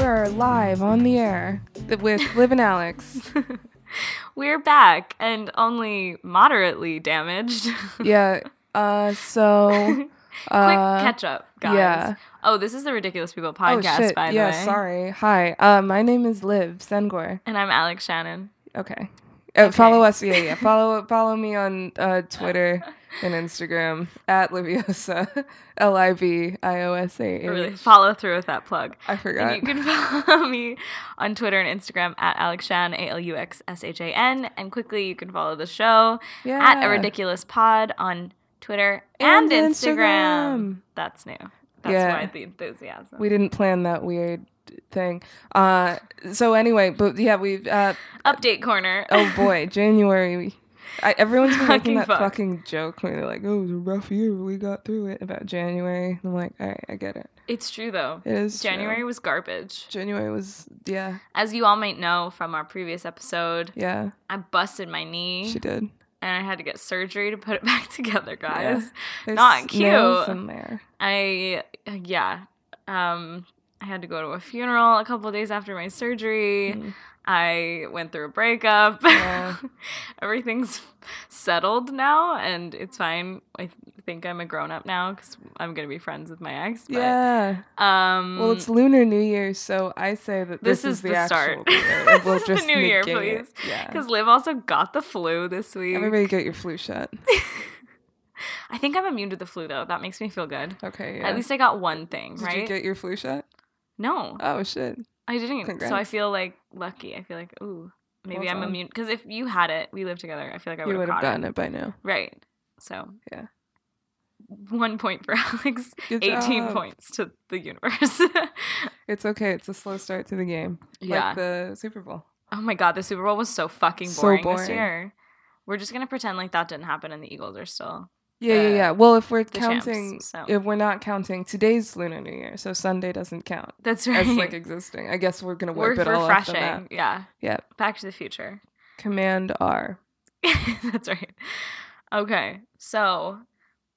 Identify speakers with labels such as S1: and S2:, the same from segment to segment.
S1: are live on the air with Liv and Alex.
S2: We're back and only moderately damaged.
S1: yeah. Uh, so. Uh,
S2: Quick catch up, guys.
S1: yeah.
S2: Oh, this is the Ridiculous People
S1: Oh
S2: podcast,
S1: shit.
S2: by the
S1: yeah.
S2: way.
S1: Sorry. Hi. Uh, my name is Liv Sengor.
S2: And I'm Alex Shannon.
S1: Okay. Uh,
S2: Okay.
S1: Follow us. Yeah. Yeah. follow follow me on uh, Twitter and Instagram at Liviosa. L I V I O S A.
S2: Really follow through with that plug.
S1: I
S2: And
S1: forgot.
S2: you can follow me on Twitter and Instagram at Alex Shan, A L U X S H A N. And quickly, you can follow the show
S1: yeah.
S2: at A Ridiculous Pod on Twitter and,
S1: And
S2: Instagram.
S1: Instagram.
S2: That's new. That's
S1: Yeah.
S2: why the enthusiasm.
S1: We didn't plan that weird thing. Uh, so anyway, but yeah, we've. Uh,
S2: Update corner.
S1: oh boy, January. I, everyone's been
S2: Fucking
S1: making that
S2: fuck.
S1: fucking joke when they're like, "Oh, it was a rough year, but we got through it." About January, I'm like, "All right, I get it.
S2: it's true though.
S1: It is true.
S2: January was garbage.
S1: January was, yeah,
S2: As you all might know from our previous episode,
S1: yeah.
S2: I busted my knee
S1: She did.
S2: and I had to get surgery to put it back together,
S1: Yeah.
S2: guys.
S1: There's
S2: Not cute.
S1: nails in there.
S2: I yeah. Um I had to go to a funeral a couple days after my surgery.
S1: Mm.
S2: I went through a breakup.
S1: Yeah.
S2: Everything's settled now and it's fine. I th- think I'm a grown up now cuz I'm going to be friends with my ex. But,
S1: Yeah.
S2: Um
S1: Well, it's Lunar New Year, so I say that this,
S2: This is
S1: the,
S2: the
S1: actual
S2: start.
S1: year.
S2: This
S1: We'll
S2: is the
S1: just
S2: new year,
S1: negate it.
S2: please.
S1: Yeah.
S2: cuz Liv also got the flu this week.
S1: Everybody get your flu shot.
S2: I think I'm immune to the flu though. That makes me feel good.
S1: Okay. Yeah.
S2: At least I got one thing,
S1: Did
S2: right?
S1: you get your flu shot?
S2: no.
S1: Oh shit.
S2: I didn't. So I
S1: Congrats.
S2: feel like lucky. I feel like ooh, maybe
S1: Well
S2: I'm
S1: done.
S2: immune because if you had it, we live together. I feel like I
S1: You
S2: would
S1: would
S2: have
S1: have
S2: caught
S1: gotten
S2: it.
S1: it by now.
S2: Right. So
S1: Yeah.
S2: One point for Alex.
S1: Good
S2: Eighteen
S1: job.
S2: points to the universe.
S1: It's okay. It's a slow start to the game.
S2: yeah.
S1: Like the Super Bowl.
S2: oh my god, the Super Bowl was so fucking
S1: So
S2: boring, this
S1: boring.
S2: year. We're just gonna pretend like that didn't happen, and the Eagles are still
S1: Yeah, yeah,
S2: Uh,
S1: yeah. Well, if we're
S2: the champs,
S1: counting,
S2: so.
S1: if we're not counting today's Lunar New Year, so Sunday doesn't count
S2: that's right.
S1: as like existing. I guess we're gonna
S2: We're
S1: wipe it all off the map.
S2: refreshing. Yeah.
S1: Yep.
S2: Back to the Future.
S1: Command R.
S2: That's right. Okay. So,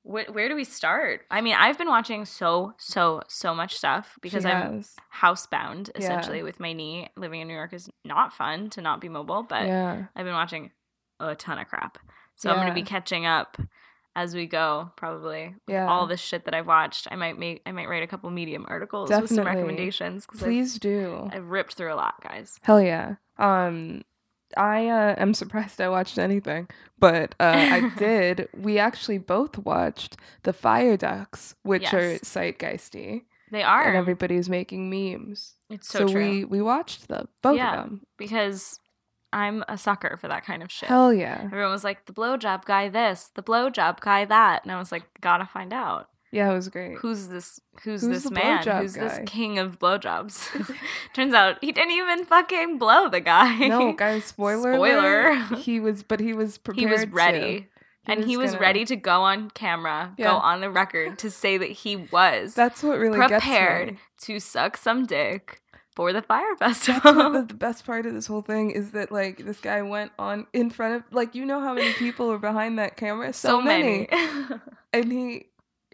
S2: wh- where do we start? I mean, I've been watching so, so, so much stuff because
S1: She
S2: I'm
S1: has.
S2: housebound
S1: Yeah.
S2: essentially with my knee. Living in New York is not fun to not be mobile, but
S1: yeah.
S2: I've been watching a ton of crap. So, I'm going to be
S1: Yeah.
S2: catching up as we go probably
S1: Yeah.
S2: all the shit that i've watched i might make i might write a couple medium articles with some
S1: Definitely.
S2: recommendations because I've,
S1: Please do.
S2: I've ripped through a lot guys
S1: Hell yeah. Um, I uh, am surprised I watched anything, but uh, I did. We actually both watched the Fire Ducks, which are
S2: Yes.
S1: zeitgeisty,
S2: they are
S1: and everybody's making memes.
S2: it's so, true
S1: we we watched the both
S2: Yeah.
S1: of them.
S2: because i'm a sucker for that kind of shit
S1: Hell yeah.
S2: Everyone was like, the blowjob guy this, the blowjob guy that. And I was like, gotta find out.
S1: Yeah, it was great.
S2: Who's this who's,
S1: Who's
S2: this
S1: the
S2: man?
S1: blowjob
S2: Who's this
S1: guy?
S2: king of blowjobs? Turns out he didn't even fucking blow the guy.
S1: no, guys, spoiler. alert,
S2: Spoiler.
S1: He was but he was
S2: he
S1: prepared.
S2: was
S1: to.
S2: ready. and he was
S1: gonna-
S2: ready to go on camera,
S1: Yeah.
S2: go on the record to say that he was
S1: That's what really
S2: prepared
S1: gets me.
S2: to suck some dick for the fire
S1: That's what
S2: festival.
S1: the, the best part of this whole thing is that like this guy went on in front of like you know how many people were behind that camera? So, many. And he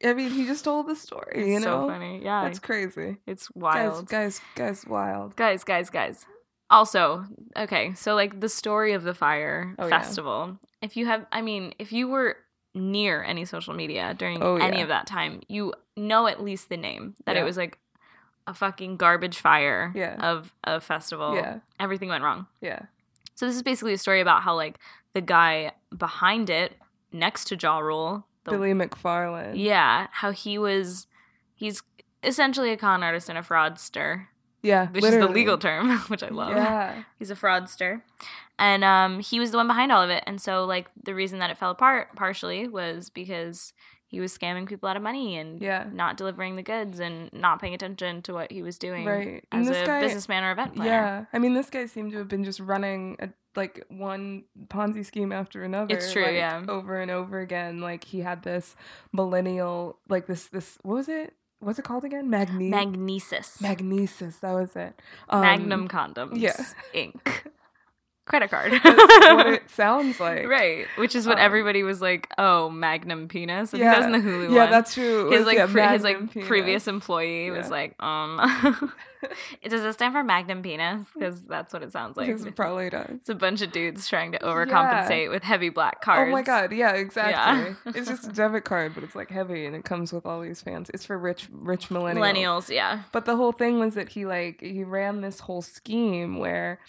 S1: I mean he just told the story, you
S2: It's
S1: know?
S2: so funny. Yeah.
S1: That's crazy.
S2: it's wild.
S1: Guys, guys, guys, wild.
S2: guys guys guys also okay so like the story of the fire
S1: Oh, yeah.
S2: festival if you have i mean if you were near any social media during
S1: Oh,
S2: any
S1: yeah.
S2: of that time you know at least the name that it
S1: Yeah.
S2: was like a fucking garbage fire
S1: Yeah.
S2: of a festival
S1: Yeah.
S2: everything went wrong
S1: Yeah.
S2: so this is basically a story about how like the guy behind it next to jaw rule the
S1: Billy McFarland.
S2: yeah how he was he's essentially a con artist and a fraudster
S1: Yeah.
S2: which is the
S1: literally.
S2: legal term which i love
S1: Yeah.
S2: He's a fraudster. And um, he was the one behind all of it. And so, like, the reason that it fell apart partially was because he was scamming people out of money and
S1: Yeah.
S2: not delivering the goods and not paying attention to what he was doing
S1: Right. And
S2: as
S1: this
S2: a
S1: guy-
S2: businessman or event planner.
S1: Yeah, I mean, this guy seemed to have been just running a, like one Ponzi scheme after another.
S2: It's true,
S1: like,
S2: yeah.
S1: over and over again. Like he had this millennial, like this this what was it? What's it called again? Magne-
S2: Magnesis.
S1: magnesis. That was it. Um,
S2: Magnum Condoms.
S1: yeah.
S2: Inc. credit card.
S1: That's what it sounds like.
S2: right. Which is what
S1: Um,
S2: everybody was like, oh, Magnum penis. I think that was in the Hulu
S1: yeah,
S2: one.
S1: that's true. It
S2: his
S1: was,
S2: like
S1: yeah,
S2: pre- his
S1: Magnum
S2: like
S1: penis.
S2: previous employee was
S1: Yeah.
S2: like, um, does it stand for Magnum penis? Because that's what it sounds like.
S1: Because it probably does.
S2: It's a bunch of dudes trying to
S1: Yeah.
S2: overcompensate with heavy black cards.
S1: Oh my god, yeah, exactly. it's just a debit card, but it's like heavy and it comes with all these fans. It's for rich rich millennials.
S2: Millennials, yeah.
S1: But the whole thing was that he like he ran this whole scheme where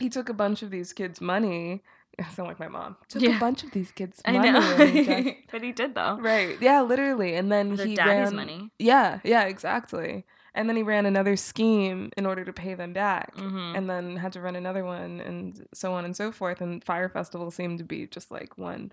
S1: he took a bunch of these kids' money. I sound like my mom. Took
S2: Yeah.
S1: a bunch of these kids'
S2: I
S1: money. and he
S2: know.
S1: just-
S2: but he did though.
S1: right. Yeah, literally. And then
S2: Their
S1: he
S2: daddy's
S1: ran
S2: money.
S1: Yeah, yeah, exactly. And then he ran another scheme in order to pay them back.
S2: Mm-hmm.
S1: And then had to run another one and so on and so forth. And Fire Festival seemed to be just like one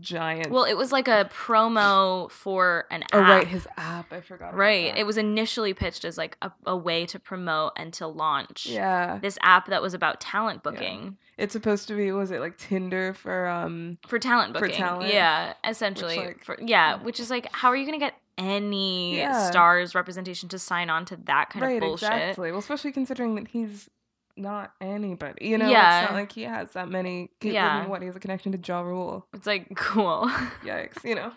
S1: giant
S2: Well, it was like a promo for an app.
S1: Oh right, his app. I forgot. about
S2: Right.
S1: that.
S2: It was initially pitched as like a, a way to promote and to launch
S1: Yeah,
S2: this app that was about talent booking
S1: it's supposed to be. Was it like Tinder for um?
S2: for talent
S1: For
S2: booking.
S1: talent.
S2: Yeah, essentially.
S1: like-
S2: for, yeah,
S1: yeah.
S2: which is like, how are you going to get any
S1: Yeah.
S2: stars representation to sign on to that kind of
S1: right,
S2: bullshit?
S1: exactly. Well, especially considering that he's not anybody. You know,
S2: Yeah.
S1: it's not like he has that many. He, yeah.
S2: Yeah.
S1: what he has a connection to Ja Rule.
S2: It's like cool.
S1: Yikes. You know.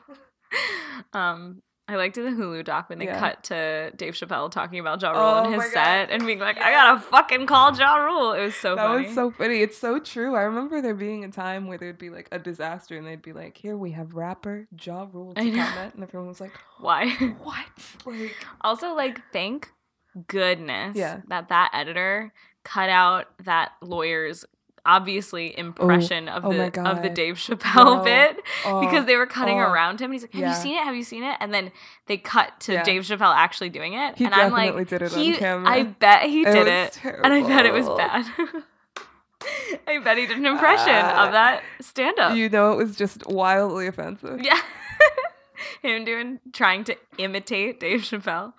S2: um, I liked in the Hulu doc when they
S1: Yeah.
S2: cut to Dave Chappelle talking about Ja Rule
S1: Oh
S2: and
S1: my
S2: his
S1: God.
S2: set and being like, I
S1: Yeah.
S2: gotta fucking call Ja Rule. It was so
S1: that
S2: funny.
S1: was so funny. It's so true. I remember there being a time where there'd be like a disaster, and they'd be like, "Here we have rapper Ja Rule to
S2: I know.
S1: comment," and everyone was like,
S2: Why?
S1: "What?" Like,
S2: also, like, thank goodness
S1: Yeah.
S2: that that editor cut out that lawyer's obviously impression of
S1: oh my
S2: the of the
S1: God.
S2: Dave Chappelle
S1: No.
S2: bit
S1: oh,
S2: because they were cutting
S1: oh.
S2: around him and he's like, "Have
S1: Yeah.
S2: you seen it? Have you seen it?" And then they cut to
S1: Yeah.
S2: Dave Chappelle actually doing it,
S1: He
S2: and I'm like,
S1: definitely did it on
S2: he,
S1: camera.
S2: I bet he did it.
S1: was
S2: and I bet it was
S1: terrible.
S2: bad. I bet he did an impression
S1: Ah.
S2: of that stand up.
S1: You know, it was just wildly offensive.
S2: yeah. Him doing trying to imitate Dave Chappelle.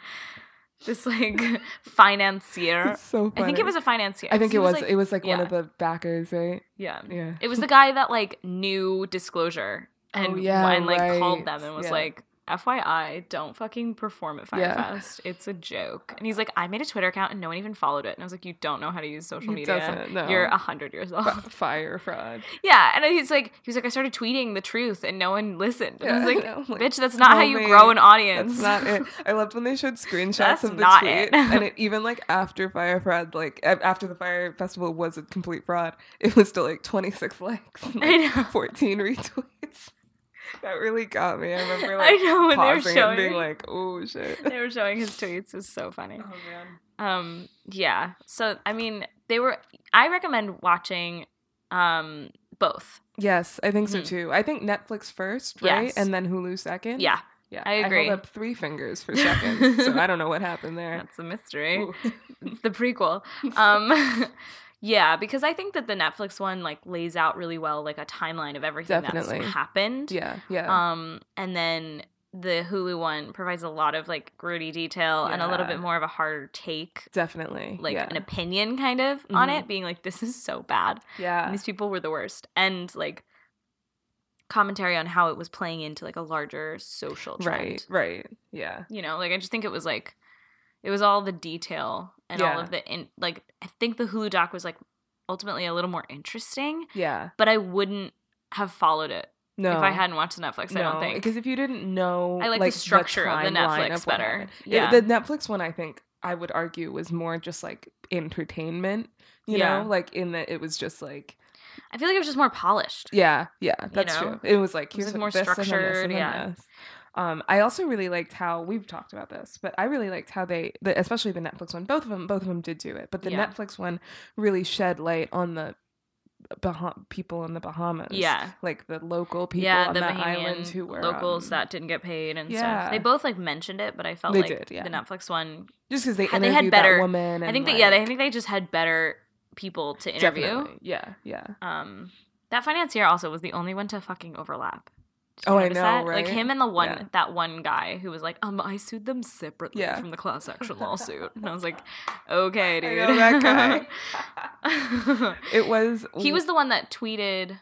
S2: This like financier.
S1: It's so funny.
S2: I think it was a financier.
S1: I think
S2: He
S1: it was.
S2: like-
S1: it was like one
S2: yeah.
S1: of the backers, right?
S2: yeah.
S1: Yeah.
S2: It was the guy that like knew disclosure and,
S1: Oh, yeah,
S2: and like called
S1: right.
S2: them and was
S1: Yeah.
S2: like, FYI, don't fucking perform at
S1: Yeah.
S2: Firefest. It's a joke. And he's like, I made a Twitter account and no one even followed it. And I was like, You don't know how to use social
S1: It
S2: media.
S1: doesn't. No.
S2: You're a hundred years old.
S1: F- fire fraud.
S2: Yeah, and he's like, he was like, I started tweeting the truth and no one listened. And I was like,
S1: Yeah, I'm
S2: bitch, that's not how you
S1: homie,
S2: grow an audience.
S1: That's not it. I loved when they showed screenshots
S2: That's
S1: of the
S2: not
S1: tweet,
S2: it.
S1: and it even like after fire fraud, like a- after the fire festival was a complete fraud, it was still like 26 likes, and,
S2: I
S1: like,
S2: know.
S1: 14 retweets. That really got me. I remember
S2: I
S1: like
S2: know when they
S1: pausing
S2: were
S1: it and
S2: showing,
S1: being like, "Oh shit."
S2: they were showing his tweets. It was so funny.
S1: man.
S2: Um, yeah. So I mean, they were. I recommend watching, um, both.
S1: Yes, I think
S2: Mhm.
S1: so too. I think Netflix first, right?
S2: Yes.
S1: And then Hulu second.
S2: Yeah,
S1: Yeah.
S2: I agree.
S1: held up three fingers for seconds, so I don't know what happened there.
S2: that's a mystery.
S1: Ooh.
S2: It's the prequel. Um. Yeah, because I think that the Netflix one like lays out really well like a timeline of everything
S1: Definitely.
S2: that's happened.
S1: yeah, yeah.
S2: Um, and then the Hulu one provides a lot of like gritty detail and a little
S1: Yeah.
S2: bit more of a harder take,
S1: definitely.
S2: like
S1: yeah.
S2: an opinion kind of on
S1: Mhm.
S2: it, being like, this is so bad.
S1: yeah.
S2: These people were the worst. And like commentary on how it was playing into like a larger social trend.
S1: Right, right. Yeah.
S2: You know, like I just think it was like, it was all the detail and all
S1: Yeah.
S2: of the, in- like, I think the Hulu doc was like ultimately a little more interesting,
S1: Yeah.
S2: but I wouldn't have followed it
S1: No.
S2: if I hadn't watched the Netflix. I don't think.
S1: Because if you didn't know
S2: I like, the structure of the
S1: timeline
S2: Netflix
S1: of what
S2: better.
S1: happened- It-
S2: Yeah.
S1: the Netflix one I think I would argue was more just like entertainment, you
S2: Yeah.
S1: know, like in that it was just like
S2: I feel like it was just more polished.
S1: Yeah, yeah, that's
S2: know?
S1: true. It was like
S2: It was,
S1: here's
S2: like, more
S1: more this structured. And then this
S2: structured,
S1: and then
S2: yeah.
S1: this. Um, I also really liked how we've talked about this, but I really liked how they, the, especially the Netflix one. Both of them, both of them did do it, but the
S2: Yeah.
S1: Netflix one really shed light on the Baham- people in the Bahamas.
S2: Yeah.
S1: like the local people
S2: yeah,
S1: on
S2: the
S1: that
S2: Bahamian
S1: island who were
S2: locals
S1: um,
S2: that didn't get paid and
S1: yeah.
S2: stuff. They both like mentioned it, but I felt
S1: They
S2: like
S1: did, yeah.
S2: the Netflix one.
S1: just because they interviewed
S2: had- they had better-
S1: that woman. And
S2: I think that yeah, they, I
S1: like,
S2: think they just had better people to interview.
S1: definitely. Yeah, yeah.
S2: Um, that financier also was the only one to fucking overlap. Did you
S1: Oh, I
S2: notice
S1: know,
S2: that? Like
S1: right?
S2: him and the one
S1: Yeah.
S2: that one guy who was like, um, I sued them separately
S1: Yeah.
S2: from the class action lawsuit, and I was like, okay, dude,
S1: I know that
S2: guy.
S1: It was
S2: he was the one that tweeted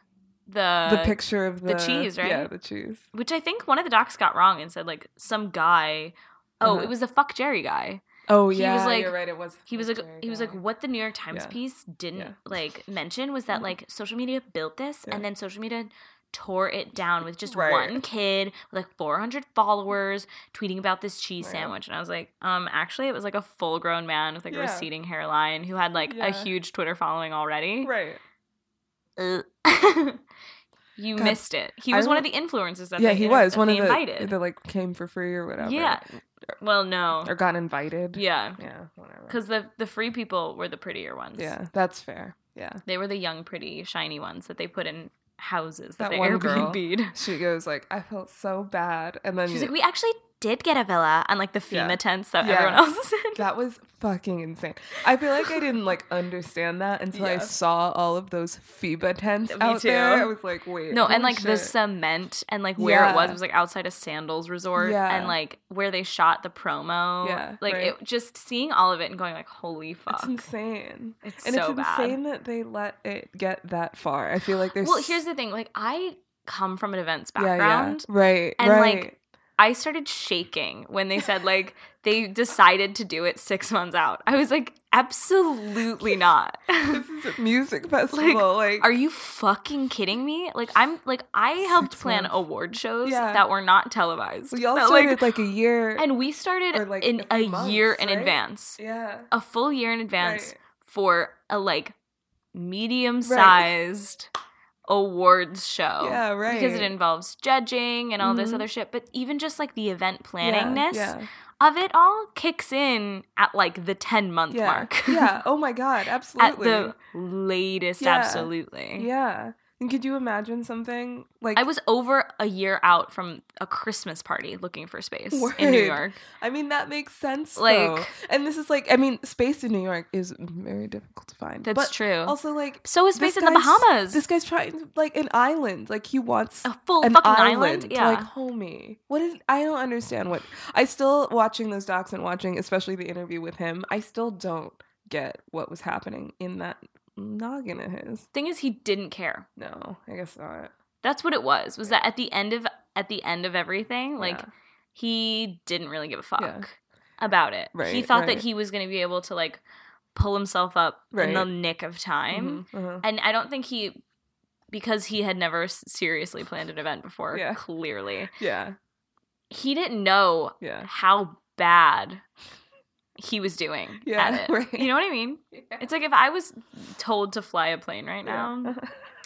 S2: the
S1: the picture of the,
S2: the cheese, right?
S1: Yeah, the cheese.
S2: which I think one of the docs got wrong and said like some guy. Oh,
S1: Uh-huh.
S2: it was the fuck Jerry guy
S1: Oh
S2: He
S1: yeah,
S2: was like-
S1: you're right. It was.
S2: He was like, he was like, what the New York Times
S1: Yeah.
S2: piece didn't
S1: Yeah.
S2: like mention was that
S1: Mhm.
S2: like social media built this,
S1: Yeah.
S2: and then social media tore it down with just
S1: Right.
S2: one kid with like 400 followers tweeting about this cheese
S1: Right.
S2: sandwich, and I was like, um, actually, it was like a full grown man with like a
S1: Yeah.
S2: receding hairline who had like
S1: Yeah.
S2: a huge Twitter following already.
S1: right.
S2: Ugh. you
S1: God,
S2: missed it. He
S1: I
S2: was one of
S1: don't-
S2: the influencers that
S1: Yeah,
S2: they
S1: he
S2: inter-
S1: was
S2: that
S1: one
S2: they
S1: of the
S2: invited.
S1: that like came for free or whatever.
S2: Yeah. well, no,
S1: or got invited.
S2: yeah,
S1: yeah, whatever.
S2: because the the free people were the prettier ones.
S1: yeah, that's fair. Yeah,
S2: They were the young, pretty, shiny ones that they put in houses
S1: That
S2: that, they
S1: one girl.
S2: Airbnb'd.
S1: she goes like, I felt so bad, and then
S2: She was like, we actually did get a villa on like the
S1: Yeah.
S2: FEMA tents that
S1: Yeah.
S2: everyone else is in.
S1: that was fucking insane. I feel like I didn't like understand that until I
S2: Yeah.
S1: saw all of those FIBA tents
S2: Me
S1: out
S2: too.
S1: there. I was like, wait,
S2: No,
S1: holy
S2: and like the
S1: shit.
S2: cement and like where it was
S1: Yeah.
S2: it was like outside a sandals resort
S1: Yeah.
S2: and like where they shot the promo.
S1: Yeah,
S2: like
S1: right.
S2: it just seeing all of it and going like, holy fuck,
S1: It's insane.
S2: it's
S1: And
S2: so
S1: it's
S2: bad.
S1: insane that they let it get that far. I feel like there's
S2: Well, here's the thing. Like I come from an events
S1: Yeah, yeah.
S2: background.
S1: Right.
S2: and,
S1: right.
S2: like, I started shaking when they said like they decided to do it six months out. I was like, absolutely not.
S1: this is a music festival. Like,
S2: Are you fucking kidding me? Like I'm like I helped
S1: Six
S2: plan
S1: months.
S2: award shows
S1: Yeah.
S2: that were not televised.
S1: we all
S2: But,
S1: started like,
S2: like,
S1: a year.
S2: and we started
S1: or, like,
S2: in
S1: a
S2: a,
S1: few months,
S2: year in
S1: right?
S2: advance.
S1: yeah.
S2: A full year in advance
S1: Right.
S2: for a like medium sized awards show.
S1: yeah. Right.
S2: Because it involves judging and all this
S1: Mhm.
S2: other shit. But even just like the event
S1: Yeah,
S2: planningness
S1: Yeah.
S2: of it all kicks in at like the 10 month
S1: Yeah.
S2: mark.
S1: yeah. Oh my God.
S2: at
S1: Absolutely.
S2: the latest,
S1: Yeah.
S2: absolutely.
S1: yeah. And could you imagine something like
S2: I was over a year out from a Christmas party looking for space in New
S1: Word.
S2: York.
S1: I mean, that makes sense. Like,
S2: Like-
S1: and this is like, I mean, space in New York is very difficult to find.
S2: That's
S1: but
S2: true.
S1: Also, like,
S2: so is
S1: this
S2: space in the
S1: guy's-
S2: Bahamas.
S1: this guy's trying like an island. Like, he wants
S2: a full
S1: an
S2: fucking
S1: island.
S2: island. Yeah.
S1: Like, homie, what did I don't understand? What I still watching those docs and watching, especially the interview with him. I still don't get what was happening in that noggin of his.
S2: Thing is, he didn't care.
S1: No, I guess not.
S2: That's what it was. Was that at the end of at the end of everything, like
S1: Yeah.
S2: he didn't really give a fuck
S1: Yeah.
S2: about it. he
S1: Right,
S2: thought
S1: right.
S2: that he was going to be able to like pull himself up in the
S1: Right.
S2: nick of time.
S1: Mhm, uh-huh.
S2: And I don't think he because he had never s- seriously planned an event before,
S1: Yeah.
S2: clearly.
S1: Yeah,
S2: He didn't know
S1: yeah,
S2: how bad he was doing
S1: Yeah,
S2: at it.
S1: right.
S2: You know what I mean? It's like if I was told to fly a plane right now,
S1: Yeah.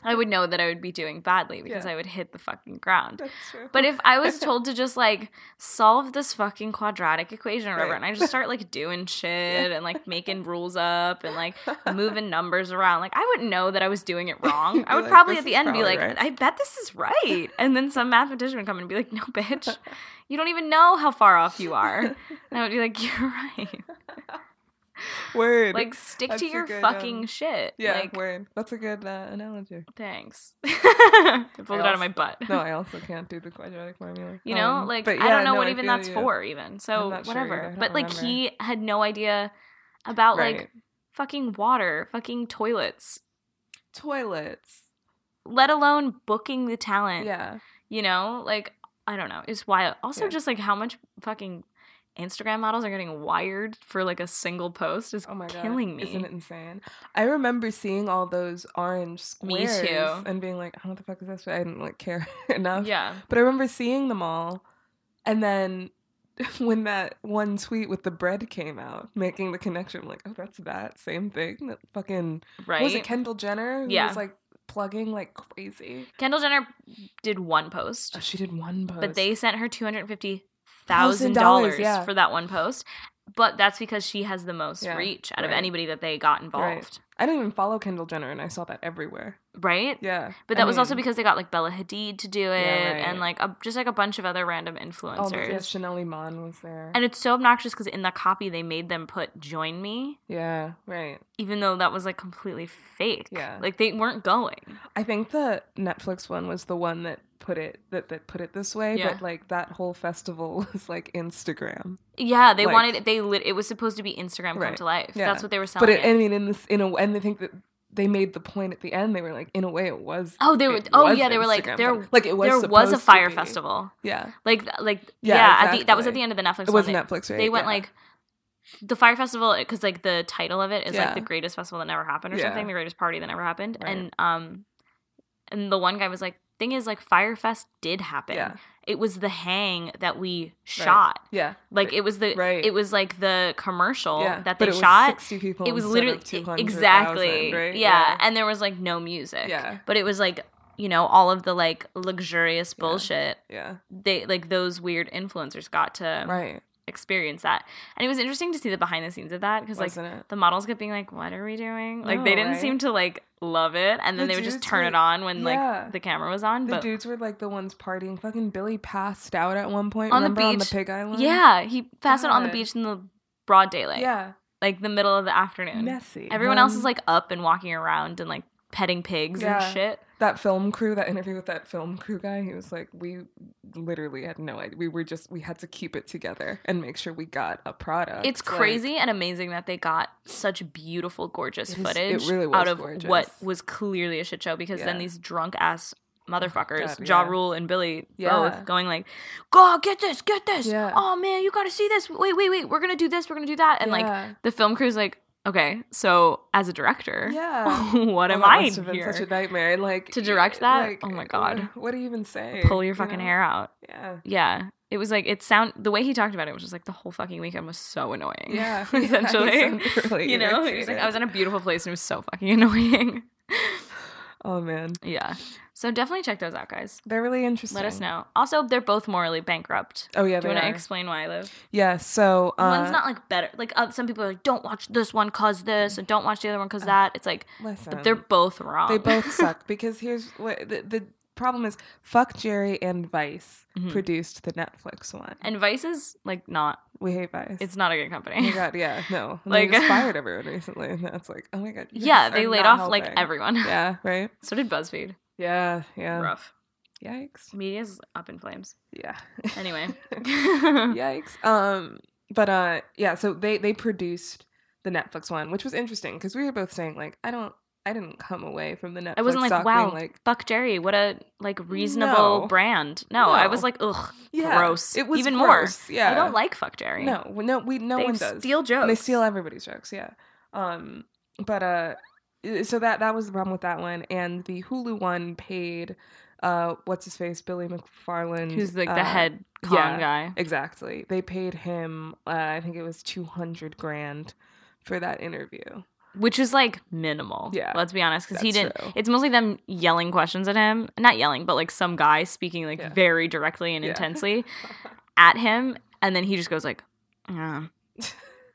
S2: I would know that I would be doing badly because
S1: Yeah.
S2: I would hit the fucking ground.
S1: That's true.
S2: But if I was told to just like solve this fucking quadratic equation or whatever,
S1: Right.
S2: and I just start like doing shit and like making rules up and like moving numbers around, like I wouldn't know that I was doing it wrong.
S1: You'd be
S2: I would
S1: like,
S2: probably
S1: "This
S2: at the
S1: is
S2: end be
S1: probably
S2: like,
S1: right."
S2: I bet this is right. And then some mathematician would come and be like, no, bitch, you don't even know how far off you are. And I would be like, you're right.
S1: word.
S2: Like, stick
S1: That's
S2: to
S1: a
S2: your
S1: good,
S2: fucking
S1: um,
S2: shit.
S1: yeah,
S2: Like,
S1: word. That's a good uh, analogy.
S2: thanks. I pulled it out
S1: also-
S2: of my butt.
S1: No, I also can't do the quadratic formula.
S2: you know
S1: Um,
S2: like
S1: but
S2: i
S1: yeah,
S2: don't know
S1: no,
S2: what
S1: I
S2: even
S1: feel
S2: that's
S1: you.
S2: for even so
S1: not sure either. I
S2: whatever
S1: don't
S2: but like
S1: remember.
S2: he had no idea about like
S1: Right.
S2: fucking water fucking toilets
S1: toilets.
S2: let alone booking the talent
S1: Yeah,
S2: you know like i don't know it's wild also
S1: Yeah.
S2: just like how much fucking instagram models are getting wired for like a single post is
S1: Oh my god,
S2: killing me
S1: Isn't it insane? I remember seeing all those orange
S2: Me too.
S1: squares and being like, "Oh, "What the fuck is this?" But I didn't like care enough.
S2: yeah
S1: But I remember seeing them all, and then when that one tweet with the bread came out, making the connection, I'm like, "Oh, that's that same thing." That fucking
S2: right
S1: what was it Kendall Jenner? who
S2: Yeah.
S1: was like plugging like crazy.
S2: kendall jenner did one post
S1: Oh, she did one post,
S2: but they sent her two hundred fifty
S1: Thousand
S2: thousand
S1: dollars,
S2: dollars
S1: yeah.
S2: for that one post. But that's because she has the most
S1: Yeah,
S2: reach out of
S1: right.
S2: anybody that they got involved,
S1: I didn't even follow Kendall Jenner, and I saw that everywhere.
S2: right?
S1: Yeah, I
S2: But that was also
S1: mean-
S2: because they got like Bella Hadid to do it,
S1: right.
S2: and like a, just like a bunch of other random
S1: Oh, but
S2: influencers.
S1: yeah, Chanel Iman was there.
S2: and it's so obnoxious because in the copy they made them put "Join me,"
S1: yeah, right.
S2: even though that was like completely fake.
S1: Yeah.
S2: like they weren't going.
S1: I think the Netflix one was the one that put it that, that put it this way,
S2: Yeah.
S1: but like that whole festival was like Instagram.
S2: Yeah, they
S1: Like-
S2: wanted they lit. It was supposed to be Instagram
S1: Right.
S2: come to life.
S1: Yeah.
S2: That's what they were selling.
S1: but it,
S2: it.
S1: I mean, in this in a and I think that they made the point at the end. They were like, in a way, it was.
S2: oh, they were.
S1: it
S2: Oh
S1: was
S2: yeah, they were like
S1: Instagram
S2: there.
S1: fun- like it was
S2: there was a
S1: supposed to
S2: fire
S1: be.
S2: festival.
S1: Yeah,
S2: Like, th- like,
S1: Yeah,
S2: yeah, at the, that was at
S1: exactly.
S2: the end of the Netflix.
S1: it was
S2: one. They-
S1: Netflix, right?
S2: They went
S1: Yeah.
S2: like the fire festival because like the title of it is
S1: Yeah.
S2: like the greatest festival that never happened or
S1: Yeah.
S2: something the greatest party that never happened
S1: Right.
S2: and um and the one guy was like thing is like firefest did happen
S1: Yeah.
S2: it was the hang that we shot
S1: Yeah.
S2: like it was the
S1: Right.
S2: it was like the commercial
S1: yeah.
S2: that
S1: But
S2: they
S1: it was
S2: shot
S1: 60 people.
S2: it was
S1: instead of
S2: literally
S1: 200,000,
S2: exactly
S1: right?
S2: yeah. and there was like no music
S1: Yeah.
S2: but it was like you know all of the like luxurious bullshit
S1: Yeah.
S2: they like those weird influencers got to
S1: Right.
S2: experience that. And it was interesting to see the behind the scenes of that because like
S1: Wasn't it?
S2: the models kept being like, "What are we doing?" Like
S1: No,
S2: they didn't
S1: right?
S2: seem to like love it, and then
S1: The
S2: they would just
S1: dudes
S2: turn
S1: were-
S2: it on when
S1: yeah.
S2: like the camera was on.
S1: The
S2: but
S1: dudes were like the ones partying. Fucking Billy passed out at one point.
S2: On the
S1: remember, on the
S2: beach.
S1: pig island.
S2: yeah, he passed it on the
S1: God.
S2: beach in the broad daylight,
S1: yeah.
S2: like the middle of the afternoon.
S1: Messy.
S2: Everyone else
S1: Um,
S2: is like up and walking around and like petting pigs
S1: Yeah.
S2: and shit.
S1: that film crew. That interview with that film crew guy. He was like, we literally had no idea. We were just we had to keep it together and make sure we got a product.
S2: It's
S1: Like,
S2: crazy and amazing that they got such beautiful, gorgeous
S1: It is- it
S2: footage
S1: really was
S2: out of
S1: gorgeous.
S2: what was clearly a shit show because
S1: Yeah. Oh
S2: then these drunk ass motherfuckers,
S1: God,
S2: Ja
S1: yeah.
S2: Rule and Billy,
S1: Yeah.
S2: both going like, God, get this, get this.
S1: Yeah.
S2: Oh man, you gotta see this. Wait, wait, wait. We're gonna do this, we're gonna do that. And like
S1: yeah.
S2: the film crew's like, okay, so as a director,
S1: yeah.
S2: what
S1: Oh,
S2: am
S1: that
S2: I
S1: must have been
S2: here?
S1: Such a nightmare. Like
S2: To direct
S1: y-
S2: that? Oh my God.
S1: What, what do you even say?
S2: Pull your
S1: you
S2: fucking
S1: know?
S2: hair out.
S1: Yeah.
S2: Yeah. It was like it sound the way he talked about it was just like the whole fucking weekend was so annoying.
S1: Yeah. Yeah, he
S2: essentially.
S1: sounded really
S2: you know, he was like,
S1: irritated.
S2: I was in a beautiful place and it was so fucking annoying.
S1: Oh man,
S2: yeah. So definitely check those out, guys.
S1: they're really interesting.
S2: Let us know. Also, they're both morally bankrupt.
S1: Oh yeah,
S2: Do
S1: they
S2: you want
S1: are.
S2: to explain why, Liv?
S1: yeah. So uh,
S2: One's not like better. Like uh, some people are like, don't watch this one cause this, and don't watch the other one cause that. It's like,
S1: Listen,
S2: but they're both wrong.
S1: Uh, um, they both suck because here's what the, the problem is: fuck Jerry and Vice
S2: Mhm.
S1: produced the Netflix one.
S2: and Vice is like not.
S1: we hate Vice.
S2: It's not a good company.
S1: oh my god, yeah, no. And
S2: Like-
S1: they just fired everyone recently, and that's like, oh my god. you
S2: yeah,
S1: guys
S2: they
S1: are
S2: laid off
S1: not
S2: like
S1: helping.
S2: everyone.
S1: Yeah, right.
S2: So did BuzzFeed.
S1: Yeah, yeah.
S2: Rough.
S1: Yikes.
S2: Media's up in flames.
S1: Yeah.
S2: Anyway. Mm.
S1: Yikes. Um, but uh, yeah. So they they produced the Netflix one, which was interesting because we were both saying like, I don't, I didn't come away from the Netflix.
S2: I wasn't like,
S1: doc
S2: wow,
S1: being like
S2: Buck Jerry, what a like reasonable
S1: No.
S2: brand. No, I
S1: No.
S2: was like, ugh,
S1: yeah,
S2: gross.
S1: It was
S2: even
S1: gross.
S2: more.
S1: Yeah,
S2: I don't like Fuck Jerry.
S1: No, w- no, we no
S2: they
S1: one does.
S2: steal jokes.
S1: And They steal everybody's jokes. Yeah. Um, but uh, i- so that that was the problem with that one, and the Hulu one paid, uh, what's his face, Billy McFarland,
S2: Who's like the
S1: uh,
S2: head con
S1: yeah.
S2: guy?
S1: Exactly. They paid him, uh, I think it was 200 grand for that interview.
S2: Which is like minimal.
S1: Yeah.
S2: Let's be honest, because he
S1: That's
S2: didn't.
S1: true.
S2: It's mostly them yelling questions at him. Not yelling, but like some guy speaking like
S1: Yeah.
S2: very directly and
S1: Yeah.
S2: intensely at him, and then he just goes like, "Yeah,"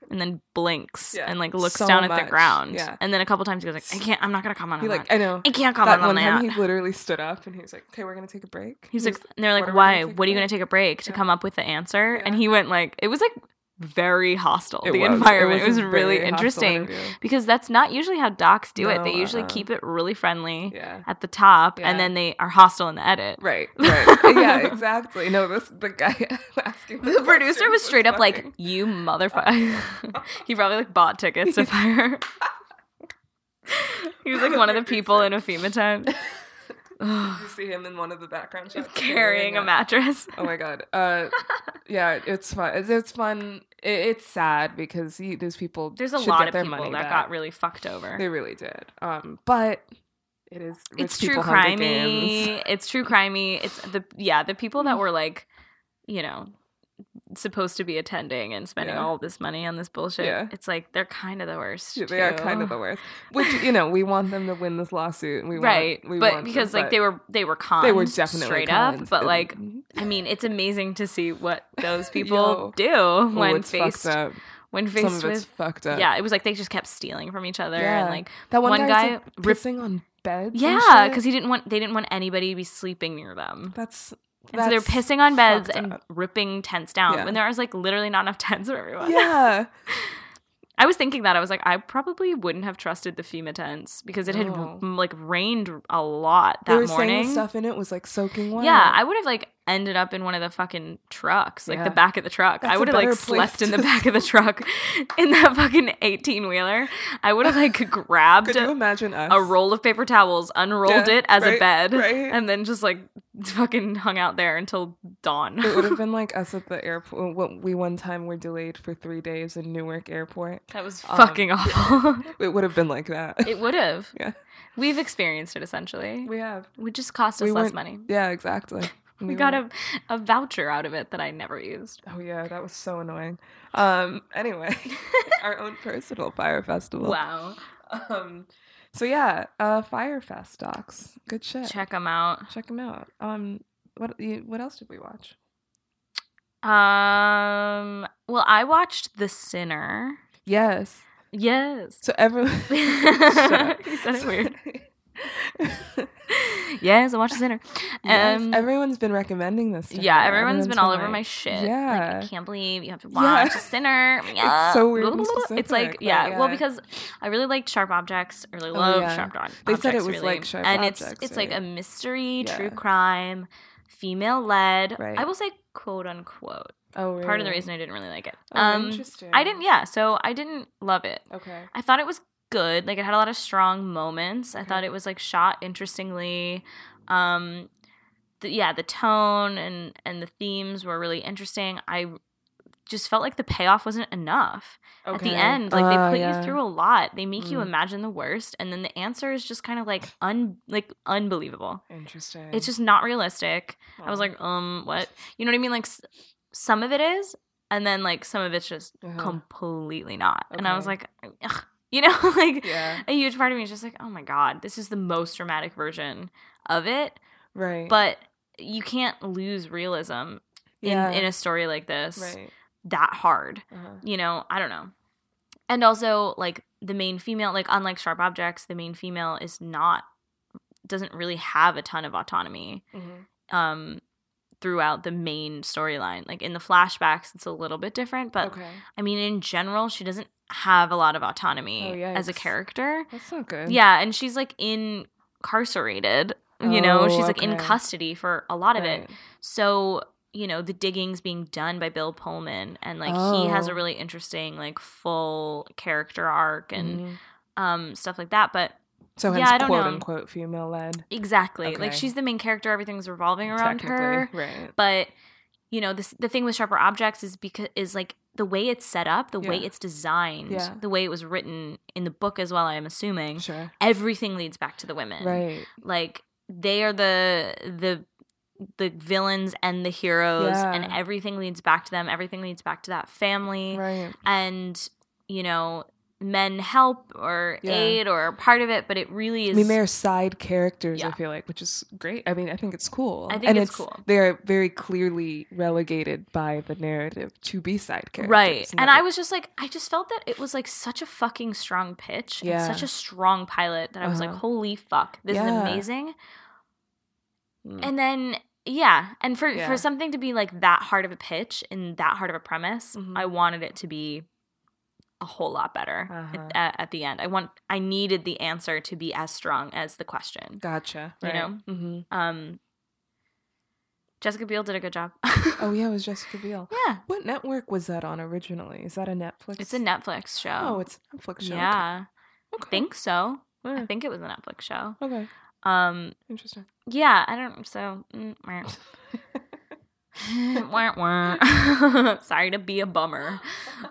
S2: and then blinks
S1: Yeah.
S2: and like looks
S1: So
S2: down at
S1: much.
S2: the ground.
S1: Yeah.
S2: And then a couple times he goes like, "I can't. I'm not gonna comment
S1: He
S2: on
S1: like,
S2: that.
S1: I know.
S2: I can't
S1: That
S2: comment
S1: one
S2: on that."
S1: time he literally stood up and he was like, okay, we're going to take a break.
S2: He's
S1: He
S2: like,
S1: was-
S2: and they're like,
S1: "What are we
S2: why?
S1: gonna take
S2: What are you
S1: a
S2: going to take a break to
S1: Yeah.
S2: come up with the answer? And
S1: Yeah.
S2: he went like, it was like very hostile.
S1: It
S2: the
S1: was- it
S2: environment it was,
S1: a
S2: really
S1: very hostile
S2: interesting
S1: interview.
S2: because that's not usually how docs do it.
S1: No,
S2: They usually
S1: uh-uh.
S2: keep it really friendly
S1: Yeah.
S2: at the top,
S1: Yeah.
S2: and then they are hostile in the edit.
S1: Right, right. yeah, exactly. No, this the guy asking
S2: The producer
S1: question
S2: was straight up like,
S1: fucking-
S2: "You motherfucker." he probably like bought tickets to fire. he was like one of the people in a FEMA tent
S1: you see him in one of the background shots
S2: carrying a
S1: map.
S2: mattress.
S1: Oh my god. Uh, yeah, it's fun. It's, it's fun. It, it's sad because you, those people.
S2: There's a
S1: should
S2: lot
S1: get
S2: of
S1: their
S2: people
S1: money
S2: that
S1: back.
S2: got really fucked over.
S1: They really did. Um, but it is. rich
S2: it's true
S1: people Hunger Games.
S2: crimey. It's true crimey. It's the yeah the people that were like, you know, supposed to be attending and spending
S1: Yeah.
S2: all this money on this bullshit.
S1: Yeah.
S2: It's like they're kind of the worst.
S1: Yeah, They are kind of the worst. Which you know, we want them to win this lawsuit. We
S2: right,
S1: Want, we
S2: but
S1: want them,
S2: because like
S1: but
S2: they were they were cons.
S1: They were definitely
S2: straight
S1: cons
S2: up. But
S1: and- mm-hmm.
S2: like, I mean, it's amazing to see what those
S1: Yo. Ooh,
S2: people do when
S1: it's fucked
S2: faced
S1: up.
S2: when
S1: Some of it's
S2: faced with.
S1: fucked up.
S2: Yeah, it was like they just kept stealing from each other
S1: Yeah.
S2: and like
S1: That one,
S2: one
S1: guy, was,
S2: guy
S1: like,
S2: rip-
S1: pissing on beds. and
S2: yeah,
S1: shit.
S2: because he didn't want they didn't want anybody to be sleeping near them.
S1: that's.
S2: And so they're
S1: that's
S2: pissing on beds
S1: fucked
S2: and
S1: up.
S2: ripping tents down
S1: Yeah.
S2: when there was like literally not enough tents for everyone.
S1: Yeah.
S2: I was thinking that I was like, I probably wouldn't have trusted the FEMA tents because it had
S1: No.
S2: m like rained a lot that
S1: they were saying
S2: morning.
S1: the stuff in it was like soaking wet.
S2: Yeah, I would have like ended up in one of the fucking trucks, like
S1: Yeah.
S2: the back of the truck.
S1: That's
S2: I
S1: a
S2: would have like
S1: better place
S2: slept in the
S1: to
S2: back of the truck in that fucking 18 wheeler. I would have like grabbed
S1: Could you imagine us?
S2: a roll of paper towels, unrolled
S1: Yeah,
S2: it as a
S1: right,
S2: bed,
S1: right?
S2: and then just like fucking hung out there until dawn.
S1: it would have been like us at the airport. What we one time were delayed for three days in Newark Airport.
S2: That was
S1: Um,
S2: fucking awful.
S1: It would have been like that.
S2: it would have.
S1: Yeah.
S2: We've experienced it essentially.
S1: we have.
S2: Would just cost us
S1: we
S2: less
S1: weren't-
S2: money.
S1: Yeah, exactly.
S2: We got a, a voucher out of it that I never used.
S1: Oh yeah, that was so annoying. Um. Anyway, our own personal fire festival.
S2: Wow.
S1: Um. So yeah, uh, Firefest docs. Good shit. Check,
S2: Check them out.
S1: them out. Um. What you- What else did we watch?
S2: Um. Well, I watched The Sinner.
S1: Yes.
S2: Yes.
S1: So everyone. Shut up.
S2: You said it weird.
S1: weird.
S2: yes, I watched The Sinner.
S1: Yes,
S2: Um,
S1: everyone's been recommending this. To
S2: Yeah,
S1: her.
S2: everyone's been all over my
S1: like-
S2: shit.
S1: Yeah.
S2: Like, I can't believe you have to
S1: Yeah.
S2: watch The Sinner. Yeah.
S1: so weird and
S2: It's
S1: specific,
S2: like,
S1: but
S2: yeah, Well,
S1: yeah. Oh,
S2: because I really liked Sharp Objects. I really love
S1: yeah.
S2: Sharp Objects.
S1: They said it was
S2: really.
S1: like Sharp
S2: and
S1: Objects,
S2: it's it's like
S1: right?
S2: a mystery,
S1: Yeah.
S2: true crime, female led.
S1: Right.
S2: I will say quote unquote.
S1: Oh, really?
S2: Part of the reason I didn't really like it.
S1: Oh,
S2: um,
S1: interesting.
S2: I didn't. Yeah. So I didn't love it.
S1: Okay.
S2: I thought it was good. Like it had a lot of strong moments. I
S1: Okay.
S2: thought it was like shot interestingly. Um the, yeah, the tone and and the themes were really interesting. I just felt like the payoff wasn't enough. At the end, like
S1: Ah,
S2: they put
S1: yeah.
S2: you through a lot. They make you
S1: Mm.
S2: imagine the worst and then the answer is just kind of like un like unbelievable.
S1: Interesting.
S2: It's just not realistic. I was
S1: Wow.
S2: like, "Um, what?" You know what I mean? Like s- some of it is and then like some of it's just
S1: Uh-huh.
S2: completely not. And I was
S1: Okay.
S2: like, ugh, you know, like
S1: yeah.
S2: a huge part of me is just like, oh my god, this is the most dramatic version of it.
S1: Right.
S2: But you can't lose realism
S1: yeah.
S2: in in a story like this
S1: right.
S2: that hard.
S1: Uh-huh.
S2: You know, I don't know. And also, like the main female, like unlike Sharp Objects, the main female is not doesn't really have a ton of autonomy
S1: Mhm.
S2: um throughout the main storyline. Like in the flashbacks, it's a little bit different, but
S1: okay.
S2: I mean, in general, she doesn't have a lot of autonomy
S1: Oh,
S2: as a
S1: yikes.
S2: character.
S1: That's not good.
S2: Yeah, and she's like incarcerated. You know,
S1: Oh,
S2: she's like in
S1: okay.
S2: custody for a lot of it.
S1: Right.
S2: So, you know, the diggings being done by Bill Pullman and like he has
S1: Oh.
S2: a really interesting like full character arc and
S1: Mhm.
S2: um stuff like that, but
S1: so
S2: yeah,
S1: hence
S2: I don't
S1: quote
S2: know.
S1: unquote female led.
S2: exactly.
S1: Okay.
S2: Like she's the main character, everything's revolving around her.
S1: Right.
S2: but you know this the thing with sharper objects is because is like the way it's set up the way
S1: Yeah.
S2: it's designed
S1: Yeah.
S2: the way it was written in the book as well i'm assuming
S1: Sure.
S2: everything leads back to the women
S1: Right.
S2: like they are the the the villains and the heroes and
S1: Yeah.
S2: everything leads back to them everything leads back to that family
S1: Right.
S2: and you know men help or
S1: Yeah.
S2: aid or are part of it but it really
S1: I
S2: is
S1: mean, they're side characters. I
S2: Yeah.
S1: feel like, which is great. I mean, I think it's cool.
S2: I think
S1: and
S2: it's cool.
S1: They're very clearly relegated by the narrative to be side characters.
S2: Right.
S1: that-
S2: And I was just like, I just felt that it was like such a fucking strong pitch
S1: Yeah.
S2: and such a strong pilot that I was like,
S1: Uh-huh.
S2: holy fuck, this
S1: Yeah.
S2: is amazing.
S1: Mm.
S2: And then, yeah. And for,
S1: Yeah.
S2: for something to be like that hard of a pitch and that hard of a premise,
S1: Mhm.
S2: I wanted it to be a whole lot better
S1: Uh-huh.
S2: at, at, at the end. I want, I needed the answer to be as strong as the question.
S1: Gotcha.
S2: You know?
S1: hmm
S2: Um, Jessica Biel did a good job.
S1: Oh yeah, it was Jessica Biel.
S2: yeah.
S1: What network was that on originally? Is that a Netflix?
S2: It's a Netflix show.
S1: Oh, it's a Netflix show.
S2: Yeah.
S1: Okay.
S2: I think so.
S1: Okay.
S2: I think it was a Netflix show.
S1: okay.
S2: Um,
S1: Interesting.
S2: yeah, I don't. So, mm, wah. Wah, wah. sorry to be a bummer,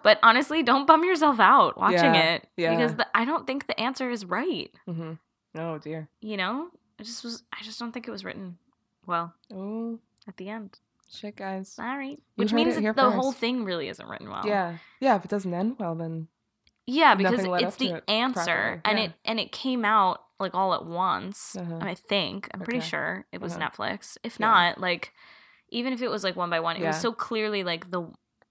S2: but honestly, don't bum yourself out watching
S1: Yeah,
S2: it
S1: yeah.
S2: because the, I don't think the answer is right.
S1: hmm Oh dear.
S2: You know, I just was. I just don't think it was written well
S1: Oh
S2: at the end.
S1: shit, guys.
S2: Sorry,
S1: heard
S2: which
S1: it
S2: means that
S1: here
S2: the whole
S1: first.
S2: thing really isn't written well.
S1: Yeah. Yeah. If it doesn't end well, then
S2: Yeah, because
S1: Nothing led
S2: it's
S1: up to
S2: the
S1: it
S2: answer,
S1: properly,
S2: and
S1: yeah.
S2: it and it came out like all at once.
S1: Uh-huh.
S2: I think I'm pretty
S1: Okay.
S2: sure it was
S1: Uh-huh.
S2: Netflix. If
S1: Yeah.
S2: not, like even if it was like one by one, it
S1: Yeah.
S2: was so clearly like the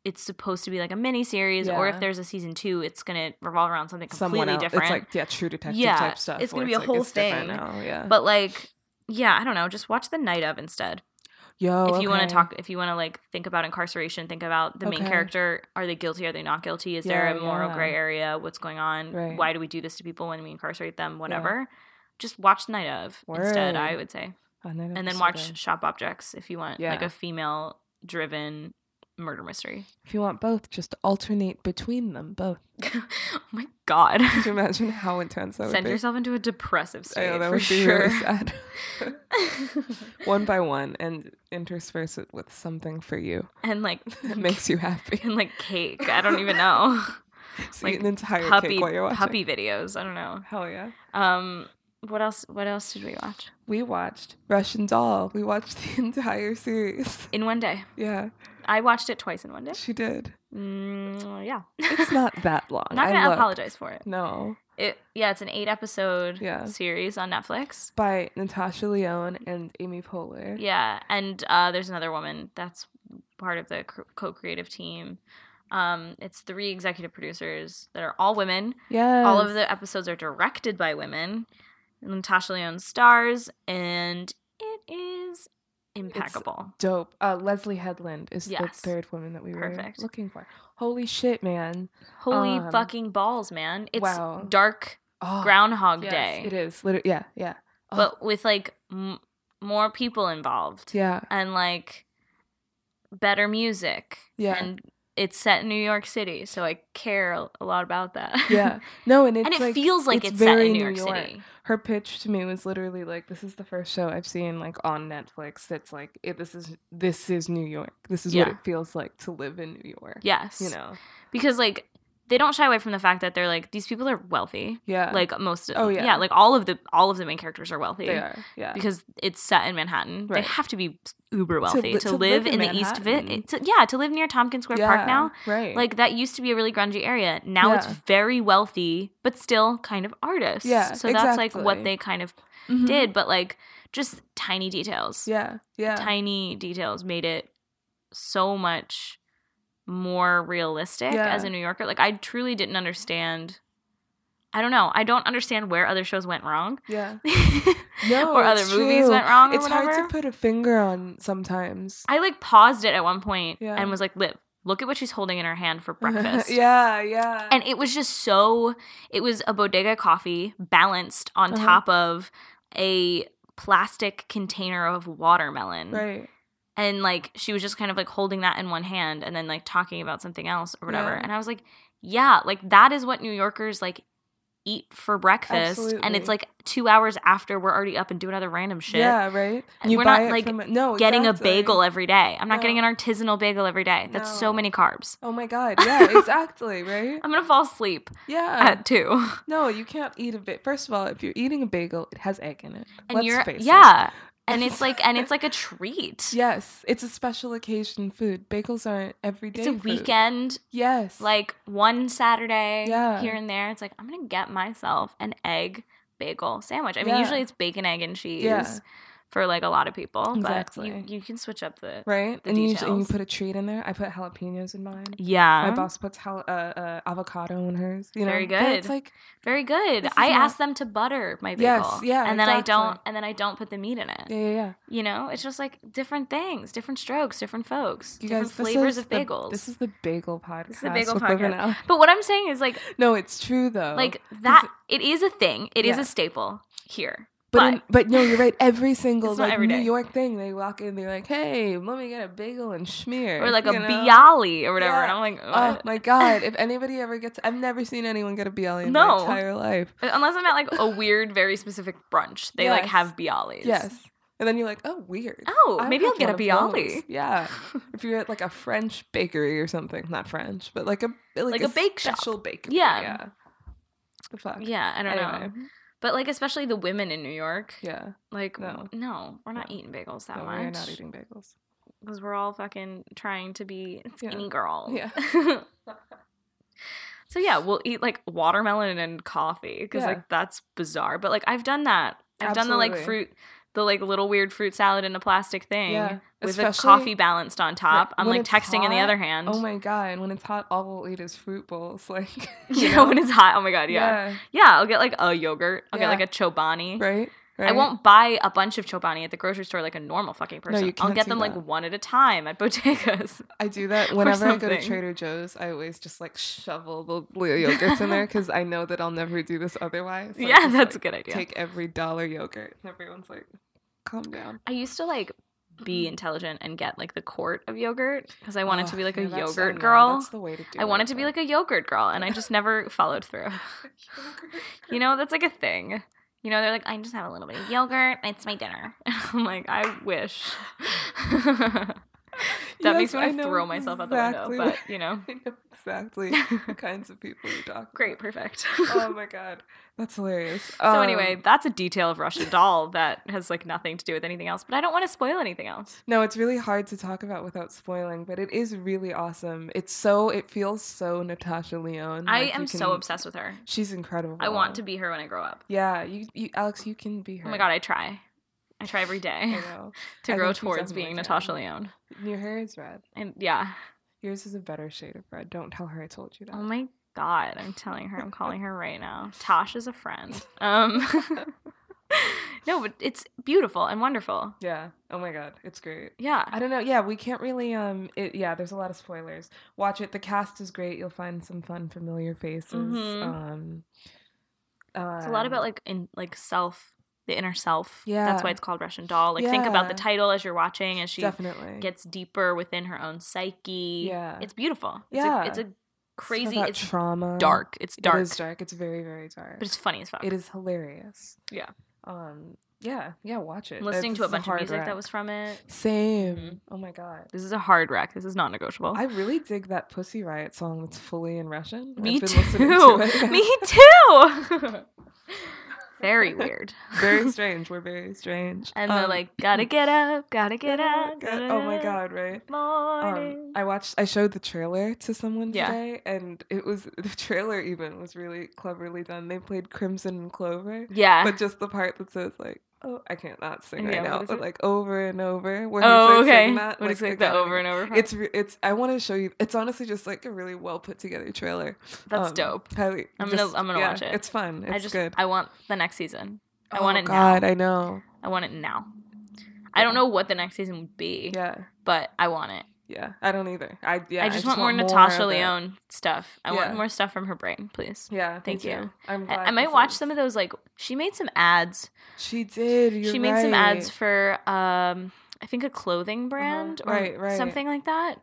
S2: it's supposed to be like a mini series, or
S1: Yeah.
S2: if there's a season two, it's gonna revolve around something
S1: someone
S2: completely
S1: else.
S2: different.
S1: It's like yeah, true detective
S2: Yeah,
S1: type stuff.
S2: it's
S1: where
S2: gonna be a
S1: like,
S2: whole
S1: it's different
S2: thing.
S1: Now. Yeah.
S2: but like, yeah, I don't know. Just watch the night of instead.
S1: Yo,
S2: if you want
S1: Oh, okay.
S2: to talk, if you want to like think about incarceration, think about the main
S1: Okay.
S2: character. Are they guilty? Are they not guilty? Is there
S1: Yeah,
S2: a moral
S1: yeah.
S2: gray area? What's going on?
S1: Right.
S2: Why do we do this to people when we incarcerate them? Whatever. Just watch Night of instead. I
S1: Word.
S2: would say.
S1: fun. I'd have
S2: and
S1: to
S2: then
S1: sit
S2: watch
S1: down.
S2: Shop Objects if you want like
S1: Yeah.
S2: a female driven murder mystery.
S1: If you want both, just alternate between them both.
S2: oh my god.
S1: Could you imagine how intense that would
S2: Send
S1: be?
S2: yourself into a depressive
S1: I
S2: state
S1: know that
S2: for
S1: would be
S2: sure.
S1: really sad. one by one, and intersperse it with something for you
S2: and like
S1: that makes you happy.
S2: and like cake. I don't even know.
S1: See
S2: like,
S1: an entire
S2: puppy
S1: cake while you're watching.
S2: puppy videos. I don't know.
S1: Hell yeah.
S2: Um what else what else did we watch?
S1: We watched Russian Doll. We watched the entire series.
S2: In one day.
S1: Yeah,
S2: I watched it twice in one day.
S1: she did.
S2: Mm, yeah.
S1: It's not that long.
S2: I'm not
S1: I
S2: gonna
S1: looked.
S2: apologize for it.
S1: No,
S2: It yeah, it's an eight episode
S1: Yeah.
S2: series on Netflix.
S1: by Natasha Leone and Amy Poehler.
S2: Yeah, and uh, there's another woman that's part of the cr- co-creative team. Um, it's three executive producers that are all women.
S1: Yeah,
S2: All of the episodes are directed by women. Natasha Leone stars, and it is impeccable.
S1: dope. Uh, Leslie Headland is
S2: Yes.
S1: the third woman that we
S2: Perfect.
S1: were looking for. Holy shit, man!
S2: Holy
S1: um,
S2: fucking balls, man! It's
S1: wow.
S2: dark
S1: Oh,
S2: Groundhog
S1: yes,
S2: Day,
S1: It is. Literally, yeah, yeah, Oh.
S2: but with like m- more people involved.
S1: yeah.
S2: and like better music.
S1: Yeah.
S2: And it's set in New York City, so I care a- a lot about that.
S1: Yeah. No, and it's
S2: and it
S1: like,
S2: feels like it's, set
S1: very
S2: in New York, City.
S1: Her pitch to me was literally like, "This is the first show I've seen like on Netflix that's like, it, this is this is New York. This is what
S2: Yeah.
S1: it feels like to live in New York."
S2: Yes.
S1: You know.
S2: Because like they don't shy away from the fact that they're like these people are wealthy.
S1: Yeah.
S2: Like most of
S1: Oh, yeah.
S2: yeah, like all of the all of the main characters are wealthy.
S1: they are. Yeah.
S2: Because it's set in Manhattan,
S1: Right.
S2: they have to be uber wealthy to,
S1: li- to
S2: live,
S1: live
S2: in,
S1: in
S2: the East
S1: Manhattan.
S2: Vi- to, Yeah, to live near Tompkins Square
S1: Yeah,
S2: Park now.
S1: Right.
S2: Like that used to be a really grungy area. Now it's
S1: Yeah.
S2: very wealthy, but still kind of artists.
S1: Yeah,
S2: So that's like what
S1: exactly.
S2: they kind of
S1: Mhm.
S2: did, but like just tiny details.
S1: Yeah. Yeah.
S2: Tiny details made it so much more realistic
S1: Yeah.
S2: as a New Yorker. Like I truly didn't understand I don't know. I don't understand where other shows went wrong.
S1: Yeah. No.
S2: or other
S1: it's
S2: movies
S1: true.
S2: went wrong or
S1: It's
S2: whatever.
S1: hard to put a finger on sometimes.
S2: I like paused it at one point
S1: Yeah.
S2: and was like, Liv, look at what she's holding in her hand for breakfast.
S1: yeah. Yeah.
S2: and it was just so it was a bodega coffee balanced on
S1: Uh-huh.
S2: top of a plastic container of watermelon
S1: right.
S2: and like she was just kind of like holding that in one hand and then like talking about something else or whatever
S1: Yeah.
S2: and i was like yeah like that is what new yorkers like eat for breakfast and it's
S1: Absolutely.
S2: like two hours after we're already up and doing other random shit
S1: Yeah. Right.
S2: And
S1: you
S2: we're
S1: buy
S2: not,
S1: it
S2: like,
S1: from a- no
S2: getting
S1: exactly.
S2: a bagel every day i'm not getting an
S1: No.
S2: artisanal bagel every day that's so
S1: No.
S2: many carbs
S1: Oh my god. Yeah. Exactly. Right.
S2: i'm gonna fall asleep
S1: Yeah.
S2: at two
S1: No, you can't eat a bit. First of all, if you're eating a bagel, it has egg in it.
S2: and
S1: Let's
S2: you're
S1: face it.
S2: yeah and it's like and it's like a treat
S1: Yes, it's a special occasion food. Bagels aren't everyday.
S2: it's a
S1: food.
S2: weekend
S1: Yes.
S2: like one saturday
S1: Yeah.
S2: here and there it's like i'm gonna get myself an egg bagel sandwich i mean
S1: Yeah.
S2: usually it's bacon egg and cheese
S1: Yeah.
S2: for like a lot of people
S1: Exactly.
S2: but you, you can switch up the
S1: right,
S2: the
S1: and you, and you
S2: details.
S1: put a treat in there. I put jalapenos in mine.
S2: yeah
S1: My boss puts jal- uh, uh, avocado in hers. You know,
S2: Very
S1: But It's
S2: good.
S1: like
S2: very good
S1: This is
S2: i
S1: not-
S2: ask them to butter my bagel
S1: Yes, yeah,
S2: and then
S1: exactly.
S2: i don't and then i don't put the meat in it
S1: yeah, yeah, yeah.
S2: you know it's just like different things different strokes different folks
S1: You
S2: different
S1: guys, this
S2: flavors
S1: is
S2: of
S1: the-
S2: bagels
S1: this is the bagel podcast.
S2: is the bagel
S1: with Liv and
S2: podcast.
S1: Al.
S2: but what i'm saying is like
S1: No, it's true though.
S2: like that it is a thing It
S1: Oh.
S2: is
S1: Yeah.
S2: a staple here
S1: But
S2: but-
S1: in, but no, you're right. Every single
S2: It's not
S1: like
S2: every
S1: New
S2: day.
S1: York thing, they walk in, they're like, "Hey, let me get a bagel and schmear,"
S2: or like a
S1: you know?
S2: bialy or whatever
S1: Yeah.
S2: and i'm like
S1: Oh
S2: "Ugh."
S1: my god! If anybody ever gets, I've never seen anyone get a bialy in
S2: No.
S1: my entire life.
S2: Uh, unless i'm at like a weird very specific brunch they like
S1: Oh. Yes.
S2: have bialys
S1: Yes, and then you're like, "Oh, weird."
S2: oh
S1: I
S2: maybe i'll
S1: have
S2: get a E.
S1: one of
S2: bialy
S1: those. Yeah, if you're at like a French bakery or something, not French, but like a like,
S2: Like a bake shop.
S1: special bakery.
S2: Yeah.
S1: The fuck.
S2: yeah i don't know
S1: Anyway,
S2: but like especially the women in new york
S1: Yeah.
S2: like no,
S1: No.
S2: we're not
S1: No.
S2: eating bagels that
S1: No,
S2: much
S1: we're not eating bagels.
S2: because we're all fucking trying to be
S1: Yeah.
S2: skinny girls.
S1: Yeah.
S2: so yeah, we'll eat like watermelon and coffee because
S1: Yeah.
S2: like that's bizarre. But like I've done that. I've done the like
S1: Absolutely.
S2: fruit, the like little weird fruit salad in a plastic thing
S1: Yeah.
S2: with a
S1: Especially-
S2: coffee balanced on top. I'm
S1: when
S2: like
S1: it's
S2: texting in the
S1: hot,
S2: other hand.
S1: Oh my god! And when it's hot, all we'll eat is fruit bowls. Like
S2: you know when it's hot. Oh my god, yeah. yeah.
S1: yeah.
S2: I'll get like a yogurt. I'll
S1: Yeah.
S2: get like a chobani.
S1: Right. Right.
S2: I won't buy a bunch of chobani at the grocery store like a normal fucking person.
S1: you
S2: I'll
S1: can't
S2: get
S1: do
S2: them like
S1: that.
S2: one at a time at bodegas.
S1: I do that whenever I go to
S2: something.
S1: Trader Joe's. I always just like shovel the little yogurts in there because I know that I'll never do this otherwise. So I
S2: yeah,
S1: just, like,
S2: that's a good idea.
S1: Take every dollar yogurt, and everyone's like, Calm down.
S2: I used to like be intelligent and get like the quart of yogurt because I wanted
S1: Mm-hmm. Ugh,
S2: to be like a
S1: yeah, that's- I
S2: yogurt
S1: know,
S2: girl.
S1: That's the way to do
S2: I wanted
S1: it,
S2: to be
S1: though.
S2: like a yogurt girl, and I just never followed through.
S1: Yogurt.
S2: You know, that's like a thing. You know, they're like, I just have a little bit of yogurt. It's my dinner. I'm like, I wish. that makes
S1: Yes,
S2: me want
S1: I
S2: to
S1: know
S2: throw myself out the
S1: exactly
S2: window,
S1: what-
S2: but you know,
S1: I know exactly the kinds of people you talk.
S2: great, perfect.
S1: Oh my god, that's hilarious. Um,
S2: so anyway, that's a detail of Russian Doll that has like nothing to do with anything else. But I don't want to spoil anything else.
S1: no, it's really hard to talk about without spoiling, but it is really awesome. It's so it feels so Natasha Leone.
S2: I
S1: like, you
S2: am so
S1: can-
S2: obsessed with her.
S1: She's incredible.
S2: I want to be her when I grow up.
S1: Yeah, you, you, Alex, you can be her.
S2: Oh my god, I try. I try every
S1: I
S2: day
S1: know.
S2: to
S1: I
S2: grow
S1: think you
S2: towards
S1: definitely
S2: being
S1: can.
S2: Natasha Leone.
S1: Your hair is red.
S2: And yeah.
S1: Yours is a better shade of red. Don't tell her I told you that.
S2: Oh my god, I'm telling her, I'm calling her right now. Tosh is a friend. Um No, but it's beautiful and wonderful.
S1: yeah. Oh my god, it's great.
S2: Yeah.
S1: I don't know. Yeah, we can't really. Um. It, yeah, there's a lot of spoilers. Watch it. The cast is great. You'll find some fun, familiar faces.
S2: Mhm.
S1: Um.
S2: It's a lot about
S1: um,
S2: like in like self the inner self. That's
S1: Yeah.
S2: why it's called Russian doll. Like think about the
S1: Yeah.
S2: title as you're watching as she
S1: definitely
S2: gets deeper within her own psyche.
S1: Yeah.
S2: It's beautiful.
S1: Yeah.
S2: It's a, it's a crazy
S1: about
S2: it's
S1: trauma.
S2: dark. It's dark.
S1: It is dark. It's very very dark.
S2: But it's funny as fuck.
S1: it is hilarious.
S2: Yeah.
S1: Um. Yeah. Yeah. Watch it.
S2: listening
S1: It's
S2: to a
S1: a
S2: bunch of
S1: hard
S2: music
S1: wreck.
S2: that was from it.
S1: Same.
S2: Mhm.
S1: Oh my god.
S2: This is a hard wreck. This is not negotiable.
S1: I really dig that Pussy Riot song that's fully in Russian.
S2: Me
S1: I've been
S2: too.
S1: listening to it.
S2: Me too. Very weird.
S1: very strange. We're very strange.
S2: And they're
S1: Um,
S2: like, gotta get up, gotta get up.
S1: God- Oh my god, right? Um,
S2: Morning.
S1: I watched. I showed the trailer to someone
S2: Yeah.
S1: today, and it was the trailer. Even was really cleverly done. They played Crimson and Clover,
S2: yeah.
S1: but just the part that says like, "Oh, I can't not sing
S2: Yeah,
S1: right
S2: what
S1: now,"
S2: is
S1: but
S2: it?
S1: like over and over. Where he's,
S2: oh,
S1: like,
S2: okay.
S1: saying that,
S2: what is like
S1: again
S2: the
S1: and
S2: over
S1: again.
S2: and over? part?
S1: It's re- it's. I want to show you. It's honestly just like a really well put together trailer.
S2: that's
S1: Um,
S2: dope.
S1: Highly,
S2: I'm gonna-
S1: just-
S2: I'm gonna
S1: yeah,
S2: watch it.
S1: It's fun. It's
S2: I just
S1: good.
S2: I want the next season. I
S1: Oh,
S2: want it
S1: God,
S2: now.
S1: I know.
S2: I want it now. I don't know what the next season would be,
S1: Yeah,
S2: but I want it.
S1: yeah. I don't either. I yeah.
S2: I, just want, more Natasha Leone stuff. I
S1: Yeah.
S2: want more stuff from her brain, please.
S1: Yeah, me
S2: Thank you.
S1: too. I'm
S2: I,
S1: glad
S2: I might
S1: this
S2: watch
S1: is-
S2: some of those. Like she made some ads
S1: She did. You're
S2: she made some ads
S1: right. Uh-huh.
S2: for um I think a clothing brand or
S1: Right, right.
S2: something like that.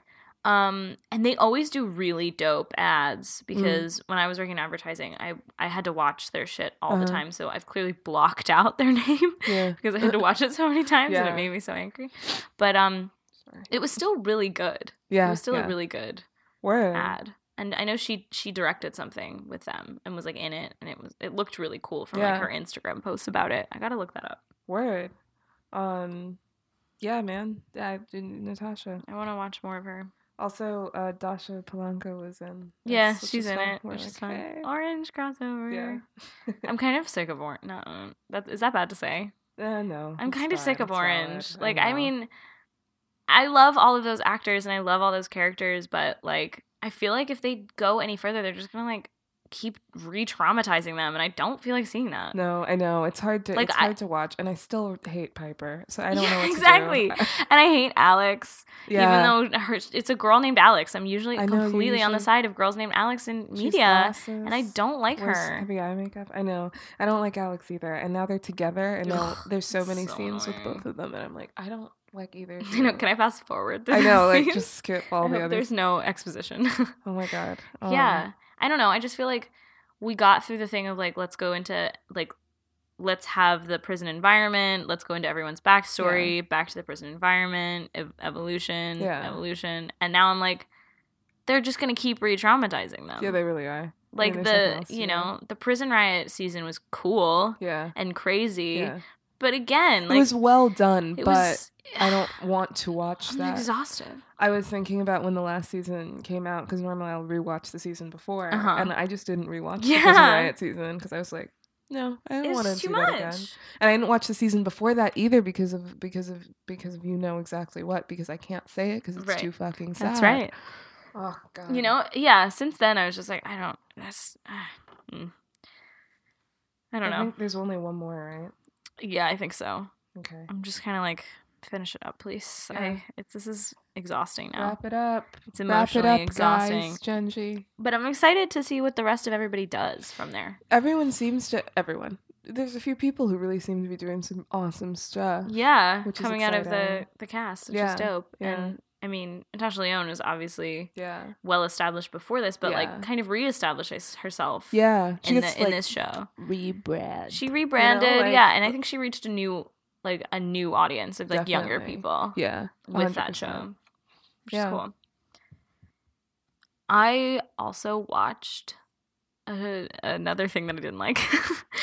S2: Um and they always do really dope ads
S1: Mm.
S2: because when I was working in advertising, I I had to watch their shit all the
S1: Uh-huh.
S2: time, so I've clearly blocked out their name
S1: Yeah.
S2: because I had to watch it so many times and
S1: Uh, Yeah.
S2: it made me so angry. But um
S1: Sorry.
S2: it was still really good.
S1: Yeah.
S2: it was still
S1: yeah.
S2: a really good
S1: word.
S2: ad. And I know she she directed something with them and was like in it and it was it looked really cool from
S1: Yeah.
S2: like her Instagram posts about it. I got to look that up.
S1: Word. Um. Yeah, man. Yeah, I did- Natasha.
S2: I want to watch more of her.
S1: Also, uh, Dasha Palanka was in. this,
S2: Yeah,
S1: which
S2: she's
S1: is
S2: in
S1: fun.
S2: it,
S1: We're
S2: which is
S1: like,
S2: fun.
S1: "Hey."
S2: Orange crossover.
S1: Yeah.
S2: I'm kind of sick of orange. No, that is that bad to say.
S1: Uh, no.
S2: I'm
S1: it's
S2: kind of sick
S1: fine,
S2: of
S1: it's valid,
S2: orange. Like I,
S1: know.
S2: mean, I love all of those actors and I love all those characters, but like I feel like if they go any further, they're just gonna like keep re-traumatizing them, and I don't feel like seeing that.
S1: No, I know it's hard to
S2: Like,
S1: it's
S2: I-
S1: hard to watch, and I still hate Piper, so I don't
S2: Yeah,
S1: know what to do.
S2: exactly. And I hate Alex,
S1: yeah,
S2: even though her, it's a girl named Alex. I'm usually
S1: I know, you
S2: completely on the
S1: usually-
S2: side of girls named Alex in
S1: she's
S2: media, and I
S1: glasses.
S2: don't like
S1: Wears
S2: her.
S1: Heavy eye makeup. I know. I don't like Alex either. And now they're together, and now
S2: Ugh,
S1: there's so
S2: it's
S1: many
S2: so
S1: scenes with
S2: annoying.
S1: both of them, and I'm like, I don't like either. of
S2: You know,
S1: you.
S2: can I fast forward? through
S1: I know,
S2: the
S1: like
S2: scenes?
S1: just skip
S2: I
S1: all the
S2: hope
S1: others.
S2: There's no exposition.
S1: Oh my god. Um,
S2: yeah, I don't know. I just feel like we got through the thing of like, let's go into like, let's have the prison environment. Let's go into everyone's backstory, back to the prison environment, ev- evolution,
S1: Yeah.
S2: evolution, and now I'm like, they're just gonna keep re-traumatizing them.
S1: um, Yeah, they really are.
S2: like
S1: there's nothing
S2: the
S1: else to
S2: you
S1: do.
S2: know the prison riot season was cool
S1: Yeah.
S2: and crazy,
S1: yeah.
S2: but again, like
S1: it was well done,
S2: it
S1: but
S2: was-
S1: I don't want to watch
S2: I'm
S1: that.
S2: exhausted.
S1: I was thinking about when the last season came out because normally I'll rewatch the season before,
S2: Uh-huh.
S1: and I just didn't rewatch the Prison
S2: Yeah.
S1: Riot season because I was like, no, I don't want to
S2: It's
S1: do
S2: too
S1: that again.
S2: much.
S1: And I didn't watch the season before that either because of because of because of you know exactly what because I can't say it because it's
S2: Right.
S1: too fucking sad.
S2: That's right.
S1: Oh god.
S2: You know, yeah. Since then, I was just like, I don't. That's. Uh, mm. I don't know.
S1: think there's only one more,
S2: yeah, I think so.
S1: right? Okay.
S2: I'm just kind of like, finish it up, please.
S1: Yeah.
S2: I, it's this is exhausting now.
S1: Wrap it up.
S2: it's emotionally
S1: Wrap it up,
S2: exhausting.
S1: guys. Genji.
S2: But I'm excited to see what the rest of everybody does from there.
S1: Everyone seems to everyone. there's a few people who really seem to be doing some awesome stuff.
S2: Yeah,
S1: Which is
S2: coming out of the
S1: exciting.
S2: the cast, which
S1: Yeah,
S2: is dope.
S1: yeah.
S2: And I mean, Natasha Leone is obviously
S1: Yeah.
S2: well established before this, but
S1: Yeah.
S2: like kind of reestablishes herself.
S1: Yeah.
S2: In, the, in this show,
S1: rebrand.
S2: she rebranded,
S1: like-
S2: yeah, and I think she reached a new, like a new audience of like younger
S1: Definitely.
S2: people
S1: yeah.
S2: with that
S1: 100%.
S2: show, which
S1: Yeah.
S2: is cool. I also watched uh another thing that I didn't like.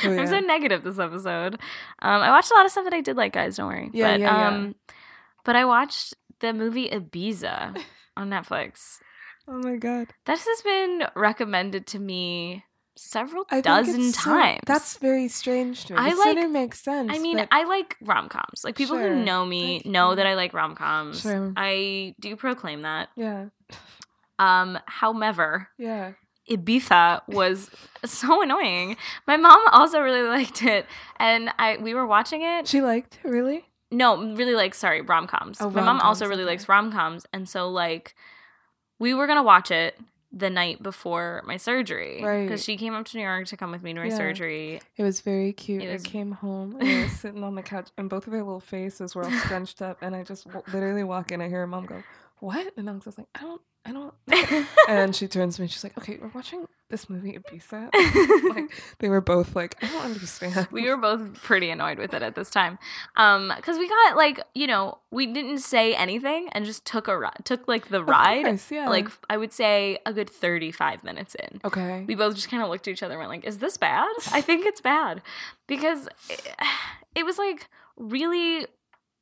S1: Oh,
S2: I'm so
S1: yeah.
S2: negative this episode. Um, I watched a lot of stuff that I did like, guys. Don't worry.
S1: Yeah,
S2: but,
S1: yeah, yeah.
S2: um But I watched the movie Ibiza on Netflix.
S1: Oh my god.
S2: This has been recommended to me several
S1: I think
S2: dozen
S1: it's so-
S2: times.
S1: that's very strange to me.
S2: I
S1: I
S2: like-
S1: like, makes sense.
S2: I mean,
S1: but-
S2: I like rom coms. Like people
S1: Sure.
S2: who know me
S1: That's
S2: know
S1: fine.
S2: that I like rom coms.
S1: Sure.
S2: I do proclaim that.
S1: yeah,
S2: Um, however,
S1: yeah.
S2: Ibiza was so annoying. My mom also really liked it, and I we were watching it.
S1: She liked it, really.
S2: No, really like sorry, rom coms.
S1: Oh,
S2: My mom also
S1: rom-coms,
S2: really
S1: okay.
S2: likes rom coms, and so like we were gonna watch it the night before my surgery because
S1: Right.
S2: she came up to New York to come with me to my
S1: Yeah.
S2: surgery.
S1: It was very cute.
S2: It was-
S1: I came home and I was sitting on the couch, and both of their little faces were all scrunched up. And I just w- literally walk in. I hear her mom go, "What?" And I was just like, "I don't, I don't." And she turns to me. She's like, "Okay, we're watching this movie Ibiza." like they were both like, "I don't understand."
S2: we were both pretty annoyed with it at this time, um, because we got like you know we didn't say anything and just took a ri- took like the
S1: Of
S2: ride.
S1: course, yeah.
S2: Like I would say a good thirty five minutes in.
S1: okay,
S2: we both just kind of looked at each other and went like is this bad i think it's bad because it, it was like really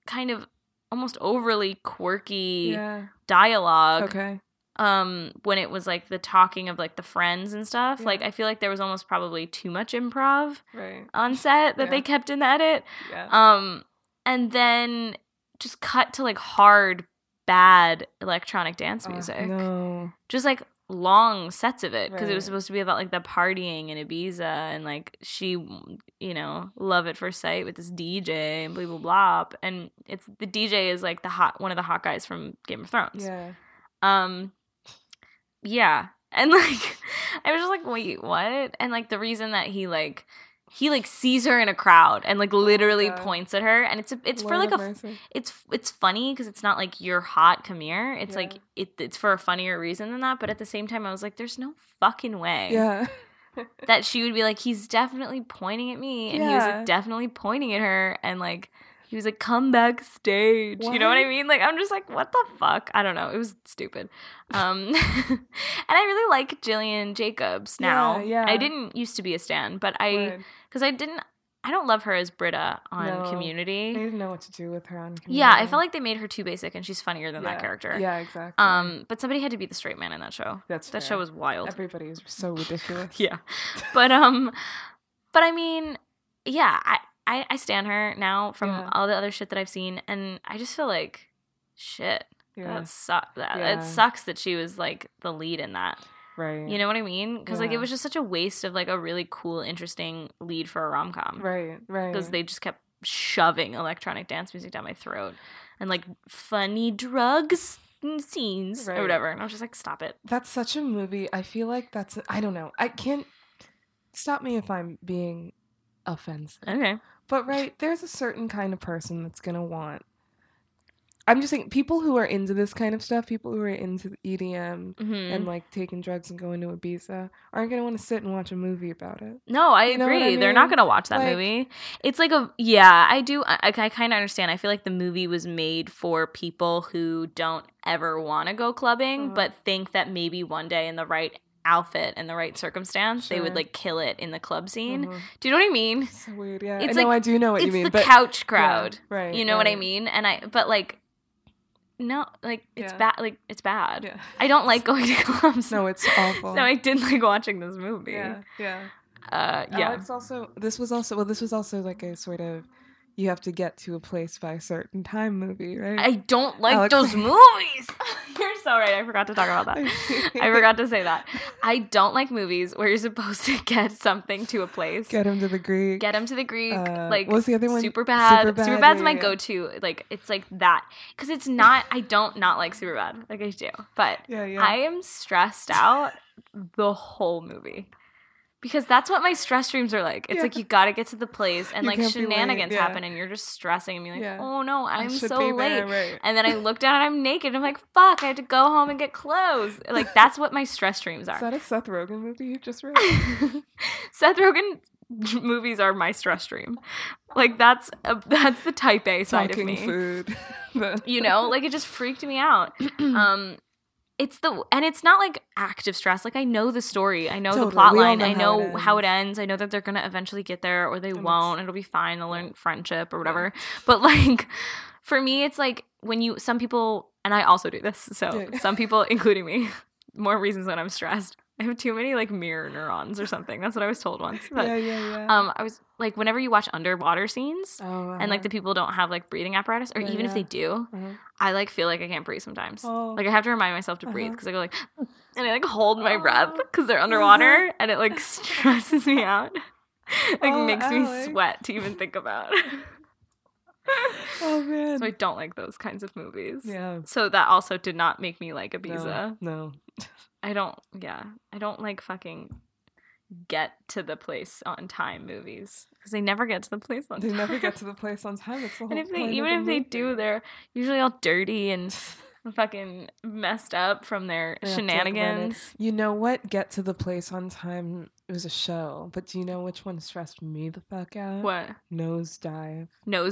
S2: kind of almost overly quirky
S1: yeah,
S2: dialogue
S1: okay,
S2: um when it was like the talking of like the friends and stuff
S1: Yeah.
S2: like i feel like there was almost probably too much improv
S1: right,
S2: on set that
S1: Yeah.
S2: they kept in the edit
S1: yeah,
S2: um and then just cut to like hard bad electronic dance
S1: Uh,
S2: music
S1: no,
S2: just like long sets of it because it
S1: Right.
S2: was supposed to be about like the partying in Ibiza and like she, mm, you know, love at first sight with this DJ and blah blah blah. And it's the DJ is like the hot one of the hot guys from Game of Thrones.
S1: yeah,
S2: Um, yeah, and like I was just like, wait, what? And like the reason that he like. He like sees her in a crowd and like literally
S1: Oh God.
S2: points at her, and it's a, it's for
S1: Lord
S2: like
S1: have
S2: a
S1: mercy.
S2: it's it's funny because it's not like you're hot, come here. It's
S1: Yeah.
S2: like it, it's for a funnier reason than that. But at the same time, I was like, there's no fucking way
S1: yeah.
S2: that she would be like, he's definitely pointing at me, and he was
S1: Yeah.
S2: like, definitely pointing at her, and like he was like, come backstage. You know what I
S1: What?
S2: mean? Like I'm just like, what the fuck? I don't know. It was stupid. Um, and I really like Jillian Jacobs now.
S1: Yeah, yeah.
S2: I didn't used to be a stan, but I
S1: Word.
S2: because I didn't. I don't love her as Britta on
S1: No.
S2: Community.
S1: They didn't know what to do with her on camera.
S2: Yeah, I felt like they made her too basic, and she's funnier than that
S1: Yeah.
S2: character.
S1: Yeah, exactly.
S2: Um, but somebody had to be the straight man in that show.
S1: that's
S2: That
S1: fair.
S2: show was wild.
S1: Everybody is so ridiculous.
S2: yeah, but um, but I mean, yeah, I I, I stand her now from
S1: Yeah.
S2: all the other shit that I've seen, and I just feel like shit.
S1: Yeah,
S2: That sucks. That
S1: Yeah.
S2: it sucks that she was like the lead in that.
S1: right.
S2: You know what I mean? Because like it
S1: Yeah.
S2: was just such a waste of like a really cool, interesting lead for a rom com
S1: right, right.
S2: because they just kept shoving electronic dance music down my throat and like funny drugs and scenes or
S1: Right.
S2: whatever. And I was just like, stop it.
S1: that's such a movie. I feel like that's I don't know. I can't stop me if I'm being offensive.
S2: Okay.
S1: But right, there's a certain kind of person that's gonna want. I'm just saying, people who are into this kind of stuff, people who are into EDM
S2: hmm
S1: and like taking drugs and going to Ibiza, aren't gonna want to sit and watch a movie about it.
S2: no, I
S1: you know what I
S2: agree. They're not
S1: mean?
S2: gonna watch that
S1: Like-
S2: movie. It's like a yeah. I do. I, I kind of understand. I feel like the movie was made for people who don't ever want to go clubbing,
S1: Uh-huh.
S2: but think that maybe one day in the right outfit and the right circumstance, they would
S1: Sure.
S2: like kill it in the club scene.
S1: Mhm.
S2: Do you know what I mean?
S1: So weird. Yeah,
S2: It's
S1: I know.
S2: like-
S1: I do know what
S2: it's
S1: you mean.
S2: the
S1: but
S2: couch
S1: Yeah,
S2: crowd.
S1: right.
S2: You know what I
S1: right.
S2: mean? And I, but like, no, like it's
S1: Yeah.
S2: bad. Like it's bad.
S1: Yeah.
S2: I don't like going to clubs.
S1: No, it's awful.
S2: So I did like watching this movie.
S1: yeah, yeah.
S2: Uh, yeah.
S1: Alex also this was also well this was also like a sort of you have to get to a place by a certain time movie, right?
S2: I don't like
S1: Alex-
S2: those movies. You're so right. I forgot to talk about that. I forgot to say that. I don't like movies where you're supposed to get something to a place.
S1: Get him to the Greek.
S2: Get 'em to the Greek.
S1: uh,
S2: like
S1: what was the other one?
S2: Super bad. Super,
S1: Superbad,
S2: bad's
S1: yeah,
S2: my
S1: yeah.
S2: go-to. Like it's like that because it's not. I don't not like super bad. Like I do, but
S1: Yeah, yeah.
S2: I am stressed out the whole movie. Because that's what my stress dreams are like. It's
S1: Yeah.
S2: like you gotta get to the place and
S1: You
S2: like
S1: can't be late,
S2: shenanigans
S1: yeah.
S2: happen and you're just stressing and being like,
S1: Yeah.
S2: oh no,
S1: I
S2: I'm
S1: should
S2: so
S1: be
S2: late.
S1: there, right.
S2: And then I look down and I'm naked. I'm like, fuck, I had to go home and get clothes. Like that's what my stress dreams
S1: Is
S2: are.
S1: that a Seth Rogen movie you just read?
S2: Seth Rogen movies are my stress dream. Like that's a, that's the type A side
S1: Talking
S2: of me.
S1: food. The-
S2: You know, like it just freaked me out. um it's the and it's not like active stress like i know the story i know the
S1: Totally.
S2: plot
S1: We all
S2: line
S1: know
S2: i
S1: how
S2: know
S1: it
S2: how it ends i know that they're gonna eventually get there or they
S1: And
S2: won't
S1: it's-
S2: it'll be fine they'll learn friendship or
S1: Yeah.
S2: whatever but like for me it's like when you some people and i also do this so
S1: Yeah.
S2: some people including me more reasons when i'm stressed i have too many like mirror neurons or something that's what i was told once but
S1: yeah, yeah, yeah.
S2: um i was like whenever you watch underwater scenes
S1: oh,
S2: and like
S1: uh-huh.
S2: the people don't have like breathing apparatus or
S1: Yeah,
S2: even if
S1: yeah.
S2: they do
S1: Uh-huh.
S2: i like feel like i can't breathe sometimes
S1: Oh.
S2: like I have to remind myself to breathe
S1: Uh-huh.
S2: because I go like, and I like hold my breath
S1: Oh.
S2: because they're underwater, and it like stresses me out. like
S1: Oh,
S2: makes
S1: Alex.
S2: me sweat to even think about.
S1: oh man.
S2: so I don't like those kinds of movies.
S1: yeah.
S2: So that also did not make me like Ibiza.
S1: No. no.
S2: I don't. Yeah, I don't like fucking get to the place on time movies because they never get to the place on
S1: They
S2: time.
S1: never get to the place on time. It's the whole
S2: and if they
S1: point of
S2: even
S1: the
S2: if they
S1: movie.
S2: do, they're usually all dirty and fucking messed up from their
S1: They have to, like, run it.
S2: shenanigans.
S1: You know what? Get to the place on time was a show, but do you know which one stressed me the fuck out?
S2: What
S1: Nosedive.
S2: nosedive?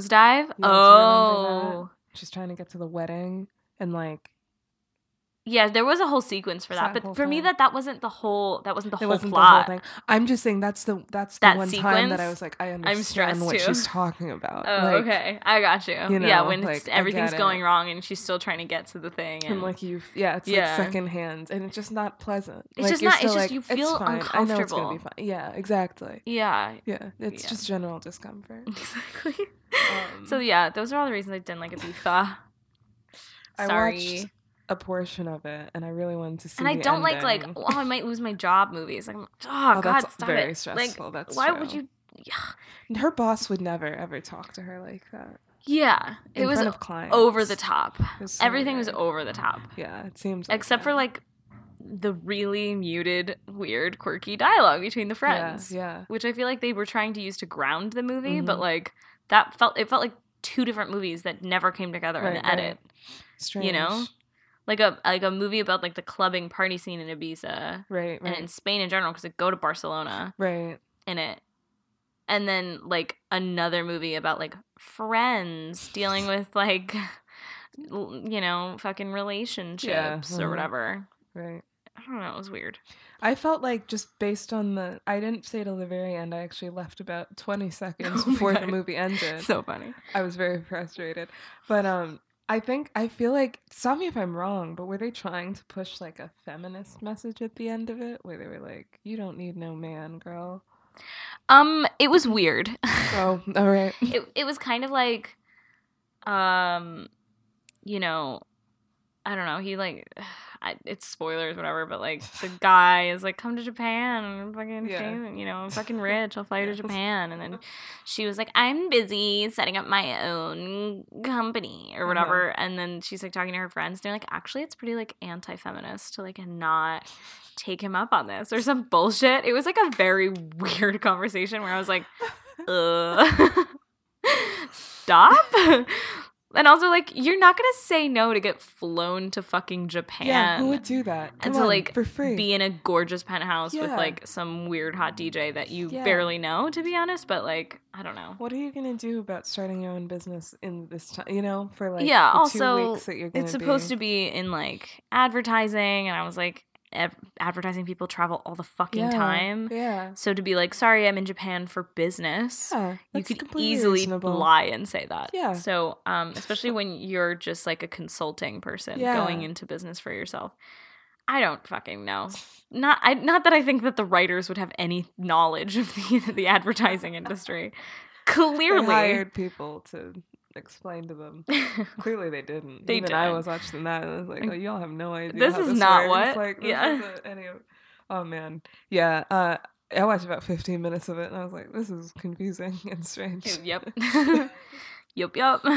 S1: do you remember that?
S2: oh,
S1: She's trying to get to the wedding and like
S2: yeah. There was a whole sequence for
S1: It's
S2: that,
S1: that
S2: but
S1: whole
S2: for me,
S1: thing.
S2: that that wasn't the whole. That wasn't the
S1: it
S2: whole
S1: wasn't
S2: plot.
S1: the whole thing. I'm just saying that's the that's the
S2: That
S1: one time that I
S2: sequence?
S1: was like, I
S2: stressed
S1: understand what
S2: too.
S1: she's talking about.
S2: Oh,
S1: Like,
S2: okay. I got you.
S1: you
S2: yeah,
S1: know,
S2: when
S1: like,
S2: it's,
S1: I
S2: everything's
S1: get it.
S2: going wrong and she's still trying to get to the thing, and,
S1: And like you, yeah, it's
S2: Yeah.
S1: like secondhand, and it's just not pleasant.
S2: It's
S1: like,
S2: just
S1: you're
S2: not- it's
S1: still
S2: just you feel
S1: I know it's gonna be
S2: uncomfortable.
S1: fine. Yeah, exactly.
S2: yeah,
S1: Yeah, it's
S2: Yeah.
S1: just general discomfort.
S2: exactly.
S1: Um,
S2: so yeah, those are all the reasons I didn't like Ibiza.
S1: I
S2: Sorry.
S1: watched a portion of it, and I really wanted to see.
S2: and I
S1: the
S2: don't like like
S1: ending.
S2: oh I might lose my job movies. Like, oh,
S1: Oh,
S2: God,
S1: that's
S2: stop
S1: very
S2: it.
S1: stressful.
S2: Like,
S1: that's
S2: why
S1: true.
S2: would you? Yeah,
S1: Her boss would never ever talk to her like that.
S2: yeah. It
S1: in
S2: was
S1: front of clients.
S2: over the top.
S1: It was so
S2: Everything was
S1: weird.
S2: over the top,
S1: Yeah, it seemed. Like
S2: except for
S1: that.
S2: like the really muted, weird, quirky dialogue between the
S1: Yeah,
S2: friends,
S1: Yeah,
S2: which I feel like they were trying to use to ground the movie, but
S1: Mhm.
S2: like that felt it felt like two different movies that never came together in
S1: Right,
S2: the
S1: right.
S2: edit.
S1: strange.
S2: know? Like a like a movie about like the clubbing party scene in Ibiza
S1: right,
S2: and
S1: right,
S2: in Spain in general because it go to Barcelona.
S1: right.
S2: in it. And then like another movie about like friends dealing with like l- you know, fucking relationships or
S1: mhm.
S2: whatever.
S1: Right.
S2: I don't know, it was weird.
S1: I felt like just based on the, I didn't stay till the very end. I actually left about twenty seconds
S2: Oh my
S1: before the
S2: God.
S1: movie ended.
S2: So funny.
S1: I was very frustrated. But um I think I feel like stop me if I'm wrong, but were they trying to push like a feminist message at the end of it where they were like, You don't need no man, girl.
S2: Um, it was weird.
S1: Oh, all right.
S2: it it was kind of like um you know, I don't know, he like I, it's spoilers, whatever, but like the guy is like, come to Japan and fucking,
S1: Yeah.
S2: famous, you know, I'm fucking rich. I'll fly you to
S1: Yes.
S2: Japan. And then she was like, I'm busy setting up my own company or
S1: Uh-huh.
S2: whatever. And then she's like talking to her friends. They're like, actually, it's pretty like anti feminist to like not take him up on this or some bullshit. It was like a very weird conversation where I was like, uh, stop. And also, like, you're not gonna say no to get flown to fucking Japan
S1: yeah, who would do that? Come
S2: so,
S1: on,
S2: like,
S1: for free.
S2: be in a gorgeous penthouse with
S1: Yeah.
S2: like some weird hot DJ that you
S1: Yeah.
S2: barely know, to be honest. But like, I don't know.
S1: what are you gonna do about starting your own business in this time? You know, for like
S2: Yeah,
S1: the
S2: also,
S1: two weeks that you're gonna
S2: It's supposed to be in like advertising, and I was like, ev- advertising people travel all the fucking
S1: yeah,
S2: time.
S1: Yeah.
S2: So to be like, sorry, I'm in Japan for business.
S1: Yeah,
S2: You
S1: that's
S2: could
S1: completely
S2: easily
S1: reasonable.
S2: lie and say that.
S1: Yeah.
S2: So, um, especially when you're just like a consulting person
S1: Yeah.
S2: going into business for yourself, I don't fucking know. Not, I, not that I think that the writers would have any knowledge of the the advertising industry.
S1: They
S2: Clearly,
S1: hired people to explain to them. Clearly, they didn't.
S2: They
S1: Even I
S2: didn't.
S1: was watching that, and I was like,
S2: Like,
S1: "Oh, y'all have no idea.
S2: this
S1: how
S2: is not
S1: works."
S2: what-
S1: Like, this
S2: yeah.
S1: isn't any of- oh man, yeah. Uh, I watched about 15 minutes of it, and I was like, "This is confusing and strange."
S2: yep,
S1: oh
S2: yep, yep.
S1: my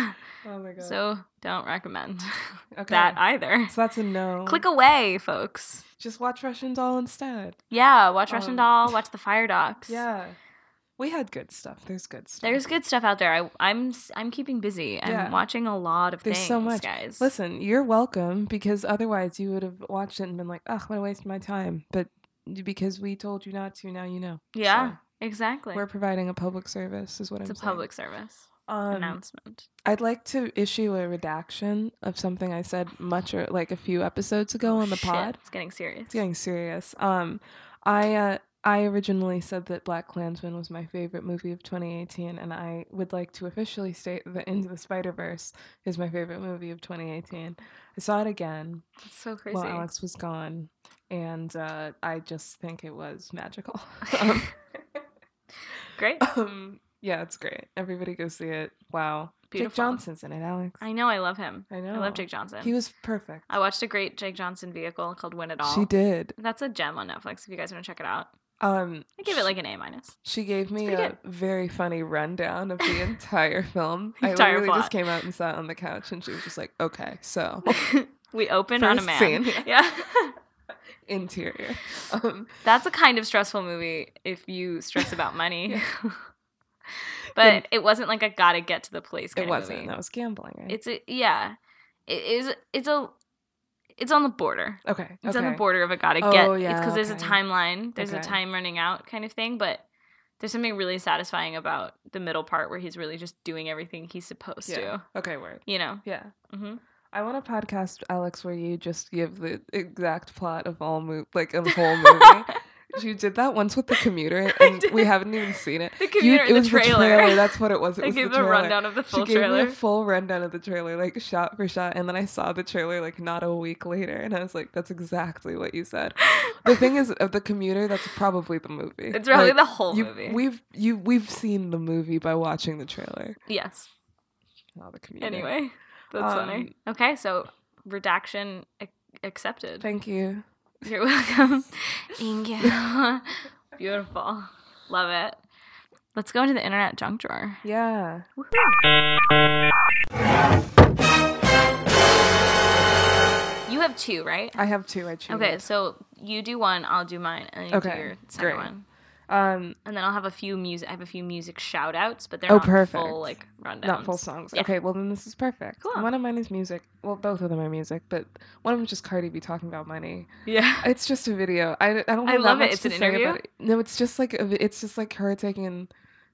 S1: god.
S2: So don't recommend
S1: okay.
S2: that uh, either.
S1: so that's a no.
S2: Click away, folks.
S1: Just watch Russian Doll instead.
S2: Yeah, watch Russian
S1: Um,
S2: Doll, watch the Fire Docs.
S1: Yeah. We had good stuff. There's good stuff.
S2: There's good stuff out there. I, I'm s- I'm keeping busy. I'm
S1: Yeah.
S2: watching a lot of
S1: There's
S2: things,
S1: so much.
S2: guys.
S1: Listen, you're welcome because otherwise you would have watched it and been like, "Ugh, what a waste of my time." But because we told you not to, now you know.
S2: yeah,
S1: So
S2: exactly.
S1: we're providing a public service, is what
S2: it's
S1: I'm
S2: a
S1: saying.
S2: public service
S1: Um,
S2: announcement.
S1: I'd like to issue a redaction of something I said much or like a few episodes ago on the
S2: Oh, Shit,
S1: pod.
S2: It's getting serious.
S1: It's getting serious. Um, I uh, I originally said that Black Klansman was my favorite movie of 2018, and I would like to officially state that Into the Spider Verse is my favorite movie of 2018. I saw it again
S2: It's so crazy.
S1: while Alex was gone, and uh, I just think it was magical. um,
S2: Great.
S1: um, yeah, it's great. Everybody go see it. Wow,
S2: Beautiful.
S1: Jake Johnson's in it. Alex,
S2: I know. I love him.
S1: I
S2: I love
S1: know.
S2: Jake Johnson.
S1: he was perfect.
S2: I watched a great Jake Johnson vehicle called Win It All.
S1: She did.
S2: That's a gem on Netflix. If you guys want to check it out,
S1: Um,
S2: I give it like an A minus.
S1: She gave me
S2: pretty
S1: a very funny rundown of the entire film. I
S2: Entire
S1: literally
S2: plot.
S1: just came out and sat on the couch, and she was just like, "Okay, so
S2: we open on a
S1: Oh. First
S2: man.
S1: scene, yeah.
S2: yeah.
S1: interior." Um,
S2: That's a kind of stressful movie if you stress about money.
S1: Yeah.
S2: but it wasn't like a gotta get to the place kind
S1: it
S2: of
S1: wasn't.
S2: movie.
S1: That was gambling. Right?
S2: It's a yeah. It is it's a it's on the border.
S1: okay.
S2: It's
S1: okay.
S2: on the border of a gotta
S1: Oh,
S2: get. it's
S1: yeah,
S2: because there's a
S1: okay.
S2: timeline. There's a
S1: Okay.
S2: time running out kind of thing, but there's something really satisfying about the middle part where he's really just doing everything he's supposed
S1: Yeah.
S2: to.
S1: Okay. Word.
S2: You know?
S1: Yeah.
S2: hmm
S1: I want a podcast, Alex, where you just give the exact plot of all move, like a whole movie. you did that once with the commuter,
S2: I
S1: and we
S2: did.
S1: haven't even seen it.
S2: The
S1: You-
S2: commuter,
S1: it
S2: the,
S1: was
S2: trailer.
S1: the trailer. That's what it was. It
S2: I
S1: was the
S2: gave a
S1: trailer.
S2: rundown of the
S1: She
S2: full
S1: gave
S2: trailer.
S1: me a full rundown of the trailer, like shot for shot, and then I saw the trailer like not a week later, and I was like, "That's exactly what you said." The thing is, of the commuter, that's probably the movie.
S2: it's probably
S1: Like,
S2: the whole
S1: you-
S2: movie.
S1: We've you we've seen the movie by watching the trailer.
S2: yes.
S1: Not the commuter.
S2: Anyway, that's funny. Um, Okay, so redaction ac- accepted.
S1: thank you.
S2: You're welcome. Thank you. Beautiful. Love it. Let's go into the internet junk drawer.
S1: Yeah.
S2: You have two, right?
S1: I have two. I choose.
S2: Okay, so you do one, I'll do mine, and you
S1: Okay,
S2: do your second
S1: great.
S2: one.
S1: Um,
S2: And then I'll have a few music. I have a few music shout outs, but they're
S1: Oh,
S2: not
S1: perfect.
S2: full like rundowns.
S1: not full songs.
S2: Yeah.
S1: Okay, well then this is perfect.
S2: Cool.
S1: One of mine is music. Well, both of them are music, but one of them is just Cardi B talking about money.
S2: Yeah.
S1: It's just a video. I, I don't.
S2: I
S1: Have that
S2: love it.
S1: much
S2: It's
S1: to
S2: an
S1: say
S2: interview?
S1: about it. No, it's just like a, vi- it's just like her taking an,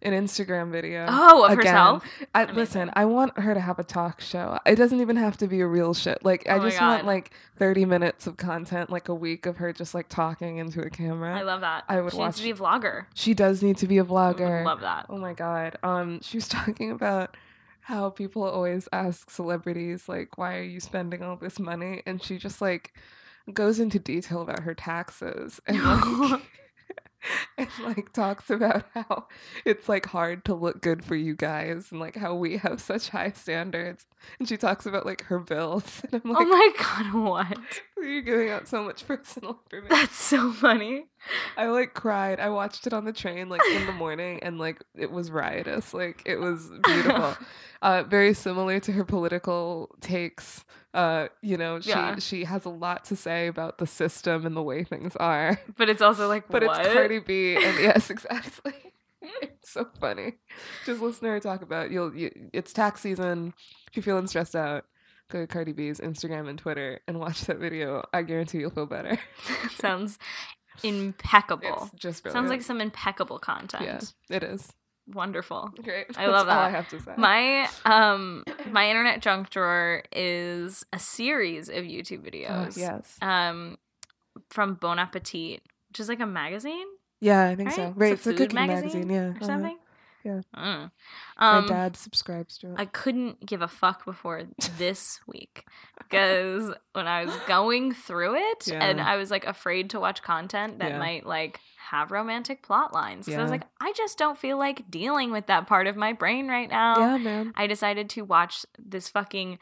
S1: an Instagram video.
S2: Oh, of
S1: again.
S2: herself.
S1: I,
S2: Amazing.
S1: listen, I want her to have a talk show. It doesn't even have to be a real shit. Like
S2: Oh
S1: I
S2: my
S1: just
S2: God.
S1: want like thirty minutes of content, like a week of her just like talking into a camera.
S2: I love that.
S1: I would
S2: she needs to
S1: watch
S2: be a vlogger.
S1: she does need to be a
S2: I would
S1: vlogger.
S2: Love that.
S1: Oh my god. Um, she was talking about how people always ask celebrities like, "Why are you spending all this money?" And she just like goes into detail about her taxes and like, and like talks about how it's like hard to look good for you guys and like how we have such high standards. And she talks about like her bills. And I'm
S2: oh
S1: like,
S2: my god, what?
S1: you're giving out so much personal information.
S2: That's so funny.
S1: I like cried. I watched it on the train like in the morning and like it was riotous. Like it was beautiful. uh very similar to her political takes. Uh you know, she
S2: Yeah.
S1: she has a lot to say about the system and the way things are.
S2: But it's also like
S1: But
S2: what?
S1: it's Cardi B and yes, exactly. it's so funny. Just listen to her talk about you'll you, it's tax season. If you're feeling stressed out, go to Cardi B's Instagram and Twitter and watch that video. I guarantee you'll feel better.
S2: Sounds impeccable.
S1: It's just
S2: Sounds like
S1: brilliant.
S2: some impeccable content.
S1: Yeah, it is.
S2: Wonderful.
S1: Great.
S2: I love
S1: That's all I
S2: that.
S1: have to say.
S2: My um my internet junk drawer is a series of YouTube
S1: Oh,
S2: videos.
S1: yes.
S2: Um from Bon Appetit, which is like a magazine
S1: Yeah, I think so.
S2: Right? It's a
S1: Right, it's a,
S2: food
S1: cooking
S2: magazine
S1: magazine. yeah.
S2: or
S1: uh-huh.
S2: something.
S1: Yeah.
S2: Mm.
S1: My
S2: Um,
S1: dad subscribes to it.
S2: I couldn't give a fuck before this week because when I was going through it and
S1: Yeah.
S2: I was like afraid to watch content that
S1: Yeah.
S2: might like have romantic plot lines. 'Cause I was
S1: Yeah.
S2: like, I just don't feel like dealing with that part of my brain right now.
S1: yeah, man.
S2: I decided to watch this fucking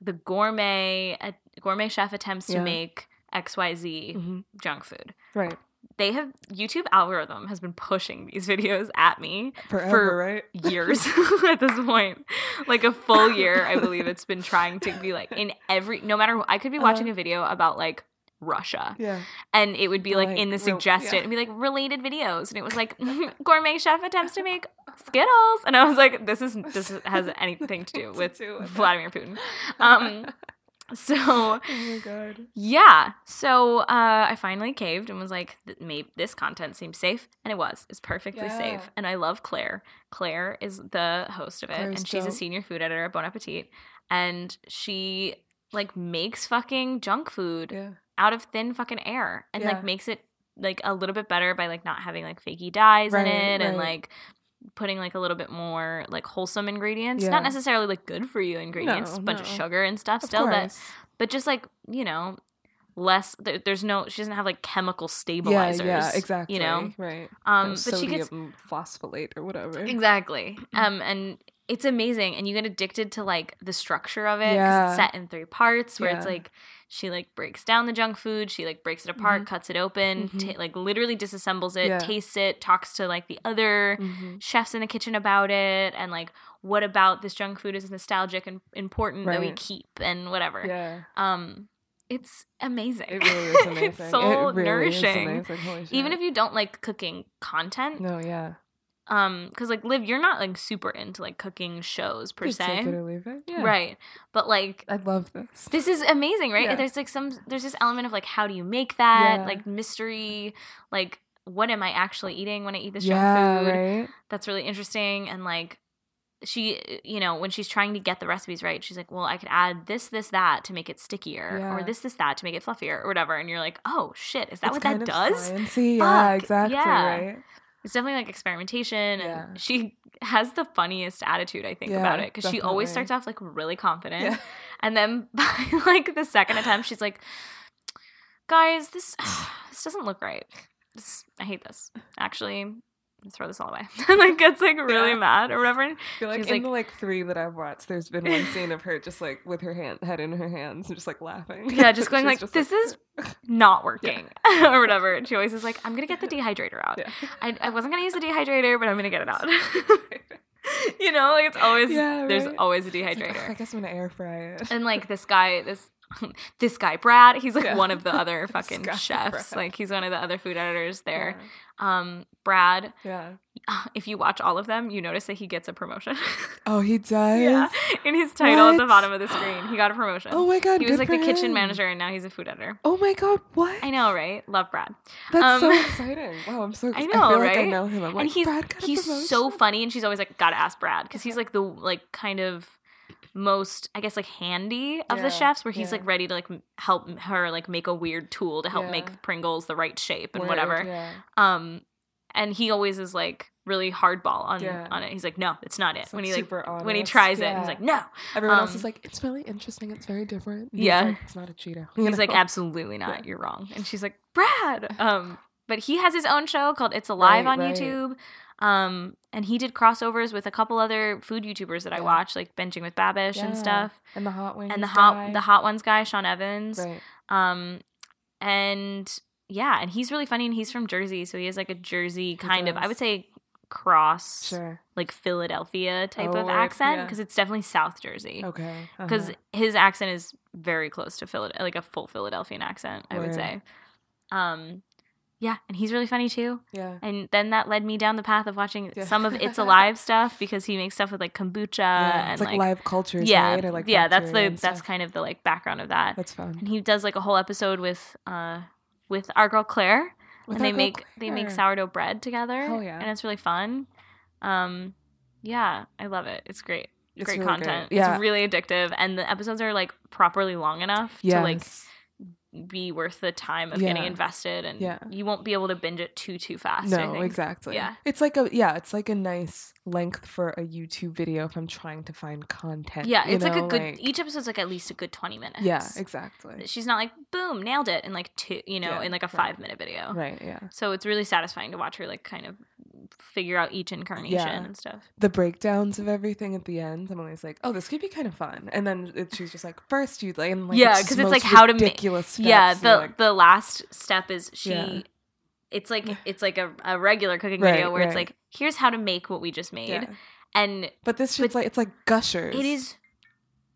S2: the gourmet uh, gourmet chef attempts to
S1: Yeah.
S2: make XYZ
S1: Mhm.
S2: junk food.
S1: Right.
S2: They have YouTube algorithm has been pushing these videos at me
S1: Forever, right?
S2: years at this point. Like a
S1: Uh-huh.
S2: full year, I believe it's been trying to be like in every no matter wh- I could be watching a video about like Russia.
S1: Yeah.
S2: And it would be like,
S1: Like,
S2: in the
S1: real-
S2: suggested,
S1: yeah.
S2: it'd be like related videos. And it was like, gourmet chef attempts to make Skittles. And I was like, this is, this has anything to do with
S1: do with that.
S2: Vladimir Putin. Um, so
S1: Oh my god.
S2: yeah. So uh, I finally caved and was like, th- maybe this content seems safe. And it was. It's perfectly
S1: Yeah.
S2: safe. And I love Claire. Claire is the host of it.
S1: Claire's
S2: and she's
S1: dope.
S2: a senior food editor at Bon Appetit. And she like makes fucking junk food
S1: Yeah.
S2: out of thin fucking air and
S1: Yeah.
S2: like makes it like a little bit better by like not having like fakey dyes
S1: Right,
S2: in it and
S1: right.
S2: like putting like a little bit more like wholesome ingredients
S1: Yeah.
S2: not necessarily like good for you ingredients
S1: No,
S2: bunch of
S1: no.
S2: sugar and stuff
S1: Of
S2: still but
S1: course.
S2: but just like you know less there, there's no she doesn't have like chemical stabilizers
S1: Yeah, yeah, exactly.
S2: you know
S1: right.
S2: um
S1: Or
S2: but she gets
S1: sodium phosphate or whatever.
S2: exactly
S1: Mm-hmm.
S2: um and it's amazing and you get addicted to like the structure of it 'cause
S1: Yeah.
S2: it's set in three parts where it's
S1: Yeah.
S2: like she like breaks down the junk food she like breaks it apart
S1: Mhm.
S2: cuts it open
S1: Mhm.
S2: ta- like literally disassembles it
S1: Yeah.
S2: tastes it talks to like the other
S1: Mhm.
S2: chefs in the kitchen about it and like what about this junk food is nostalgic and important that we
S1: Right.
S2: keep and whatever
S1: Yeah.
S2: um it's amazing
S1: It really is amazing.
S2: it's so
S1: It really is
S2: nourishing
S1: amazing, holy
S2: even if
S1: shit.
S2: you don't like cooking content
S1: No, yeah.
S2: um because like liv you're not like super into like cooking shows per
S1: You
S2: se
S1: Take it or leave it. Yeah.
S2: right but like
S1: I love this.
S2: this is amazing right
S1: Yeah.
S2: there's like some there's this element of like how do you make that
S1: Yeah.
S2: like mystery like what am i actually eating when i eat this
S1: yeah,
S2: junk food
S1: right.
S2: that's really interesting and like she eh, you know when she's trying to get the recipes right she's like well i could add this this that to make it stickier or
S1: Yeah.
S2: this this that to make it fluffier or whatever and you're like oh shit is that
S1: It's
S2: what
S1: kind
S2: that
S1: of
S2: does
S1: sciencey, yeah,
S2: Fuck,
S1: exactly.
S2: yeah.
S1: Right.
S2: it's definitely like experimentation and
S1: Yeah.
S2: she has the funniest attitude i think about
S1: Yeah,
S2: it because she always
S1: definitely.
S2: starts off like really confident
S1: Yeah.
S2: and then by like the second attempt she's like guys this this doesn't look right this, i hate this actually let's throw this all away and like gets like really
S1: Yeah.
S2: mad or whatever
S1: I feel like
S2: She's
S1: in
S2: like-
S1: the like three that I've watched, there's been one scene of her just like with her hand head in her hands and just like laughing.
S2: Yeah, just going
S1: She's
S2: like,
S1: just
S2: "This is not working or whatever. And she always is like, I'm gonna get the dehydrator out.
S1: Yeah.
S2: I, I wasn't gonna use the dehydrator, but I'm gonna get it out. you know, like it's always
S1: Yeah,
S2: there's
S1: right.
S2: always a
S1: It's like, "Oh "Ugh, I
S2: dehydrator.
S1: guess I'm gonna air fry it.
S2: and like this guy, this this guy Brad, he's like
S1: Yeah.
S2: one of the other
S1: This
S2: fucking
S1: guy,
S2: chefs.
S1: Brad.
S2: Like he's one of the other food editors there. Um, Brad,
S1: Yeah. yeah.
S2: if you watch all of them, you notice that he gets a promotion.
S1: Oh, he does.
S2: yeah, in his title at the
S1: What?
S2: bottom of the screen, he got a promotion.
S1: Oh my god.
S2: he was
S1: good
S2: like
S1: for
S2: the kitchen
S1: him.
S2: manager, and now he's a food editor.
S1: Oh my god. What?
S2: I know, right? Love Brad.
S1: That's so
S2: um,
S1: exciting. Wow, I'm so. I
S2: I know,
S1: know, I feel like I
S2: right?
S1: know him. I'm like,
S2: and he's
S1: Brad got a
S2: he's so
S1: promotion?"
S2: funny, and she's always like, "Gotta ask Brad," because he's like the like kind of most, I guess, like handy of
S1: Yeah,
S2: the chefs, where he's
S1: yeah.
S2: like ready to like m- help her like make a weird tool to help
S1: Yeah.
S2: make Pringles the right shape and
S1: Weird,
S2: whatever.
S1: Yeah.
S2: Um, and he always is like really hardball on
S1: Yeah.
S2: on it. He's like, "No, it's not it."
S1: It's,
S2: when
S1: like,
S2: he like
S1: super
S2: when he
S1: honest,
S2: tries it, and
S1: yeah.
S2: he's like, "No."
S1: Everyone else
S2: um,
S1: is like, it's really interesting. It's very different. and he's
S2: Yeah.
S1: like, it's not a Cheeto. You
S2: He's like,
S1: know?
S2: absolutely not.
S1: Yeah.
S2: You're wrong. And she's like, Brad. Um, but he has his own show called It's Alive
S1: Right,
S2: on
S1: right.
S2: YouTube. Um, and he did crossovers with a couple other food YouTubers that I
S1: Yeah.
S2: watch, like Benching with Babish
S1: Yeah.
S2: and stuff.
S1: and the hot wings.
S2: And the hot
S1: guy.
S2: the hot ones guy, Sean Evans.
S1: Right.
S2: Um, and yeah, and he's really funny and he's from Jersey, so he has like a Jersey kind of I
S1: does.
S2: would say cross
S1: Sure.
S2: like Philadelphia type
S1: Oh,
S2: of
S1: word,
S2: accent
S1: yeah.
S2: because it's definitely South Jersey
S1: Okay. Uh-huh.
S2: because his accent is very close to Philadelphia, like a full Philadelphian accent, I would
S1: Word.
S2: say. Um, yeah, and he's really funny too.
S1: yeah.
S2: And then that led me down the path of watching
S1: Yeah.
S2: some of It's Alive stuff because he makes stuff with like kombucha
S1: yeah.
S2: and
S1: It's like,
S2: like,
S1: live cultures.
S2: yeah,
S1: Right? Or like
S2: yeah. That's
S1: bacteria
S2: the
S1: and
S2: that's
S1: stuff.
S2: kind of the like background of that.
S1: That's fun.
S2: And he does like a whole episode with uh with our girl Claire,
S1: With
S2: and they
S1: our girl
S2: make they make
S1: Claire.
S2: sourdough bread together.
S1: Hell yeah.
S2: and it's really fun. Um, yeah, I love it. It's great
S1: It's
S2: great
S1: really
S2: content.
S1: Yeah.
S2: It's really addictive and the episodes are like properly long enough to like
S1: Yes.
S2: be worth the time of getting
S1: Yeah.
S2: invested and
S1: Yeah.
S2: you won't be able to binge it too too fast. I
S1: No,
S2: think.
S1: exactly.
S2: Yeah.
S1: It's like a yeah, it's like a nice length for a YouTube video if I'm trying to find content.
S2: Yeah,
S1: you
S2: it's like a
S1: know,
S2: good
S1: like-
S2: each episode's like at least a good 20 minutes.
S1: Yeah, exactly.
S2: She's not like boom, nailed it in like two, you know,
S1: Yeah,
S2: in like a
S1: right.
S2: 5 minute video.
S1: Right, yeah.
S2: So it's really satisfying to watch her like kind of figure out each incarnation
S1: Yeah.
S2: and stuff.
S1: The breakdowns of everything at the end, I'm always like, oh, this could be kind of fun. And then it, she's just like, first you like, and like,
S2: Yeah,
S1: just
S2: 'cause it's
S1: most
S2: like how to ma-
S1: ridiculous steps,
S2: yeah,
S1: and you're
S2: the
S1: like,
S2: the last step is she
S1: Yeah.
S2: it's like it's like a, a regular cooking
S1: Right,
S2: video where it's
S1: right.
S2: like here's how to make what we just made.
S1: yeah.
S2: and
S1: But this shit's like, it's like gushers.
S2: it is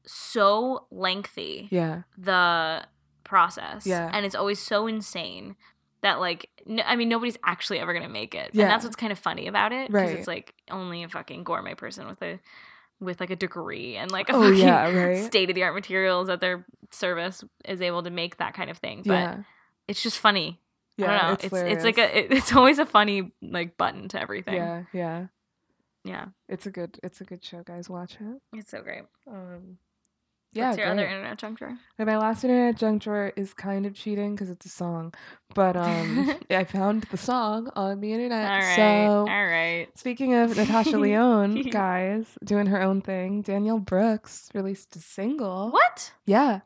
S2: so lengthy
S1: Yeah.
S2: the process.
S1: Yeah.
S2: And it's always so insane that like no, I mean nobody's actually ever gonna make it.
S1: Yeah.
S2: And that's what's kind of funny about it because
S1: Right.
S2: it's like only a fucking gourmet person with a with like a degree and like a
S1: Oh
S2: fucking
S1: yeah, right.
S2: state of the art materials at their service is able to make that kind of thing. But
S1: yeah,
S2: it's just funny.
S1: yeah.
S2: I don't know. It's it's, like a it- it's always a funny like button to everything.
S1: yeah, yeah.
S2: Yeah.
S1: It's a good it's a good show, guys. Watch it.
S2: It's so great.
S1: Um, yeah,
S2: What's your other
S1: great.
S2: internet juncture?
S1: And my last internet junk drawer is kind of cheating because it's a song, but um, I found the song on the internet.
S2: All right.
S1: Uh, So
S2: All right.
S1: Speaking of Natasha Leone, guys, doing her own thing, Danielle Brooks released a single.
S2: What?
S1: Yeah,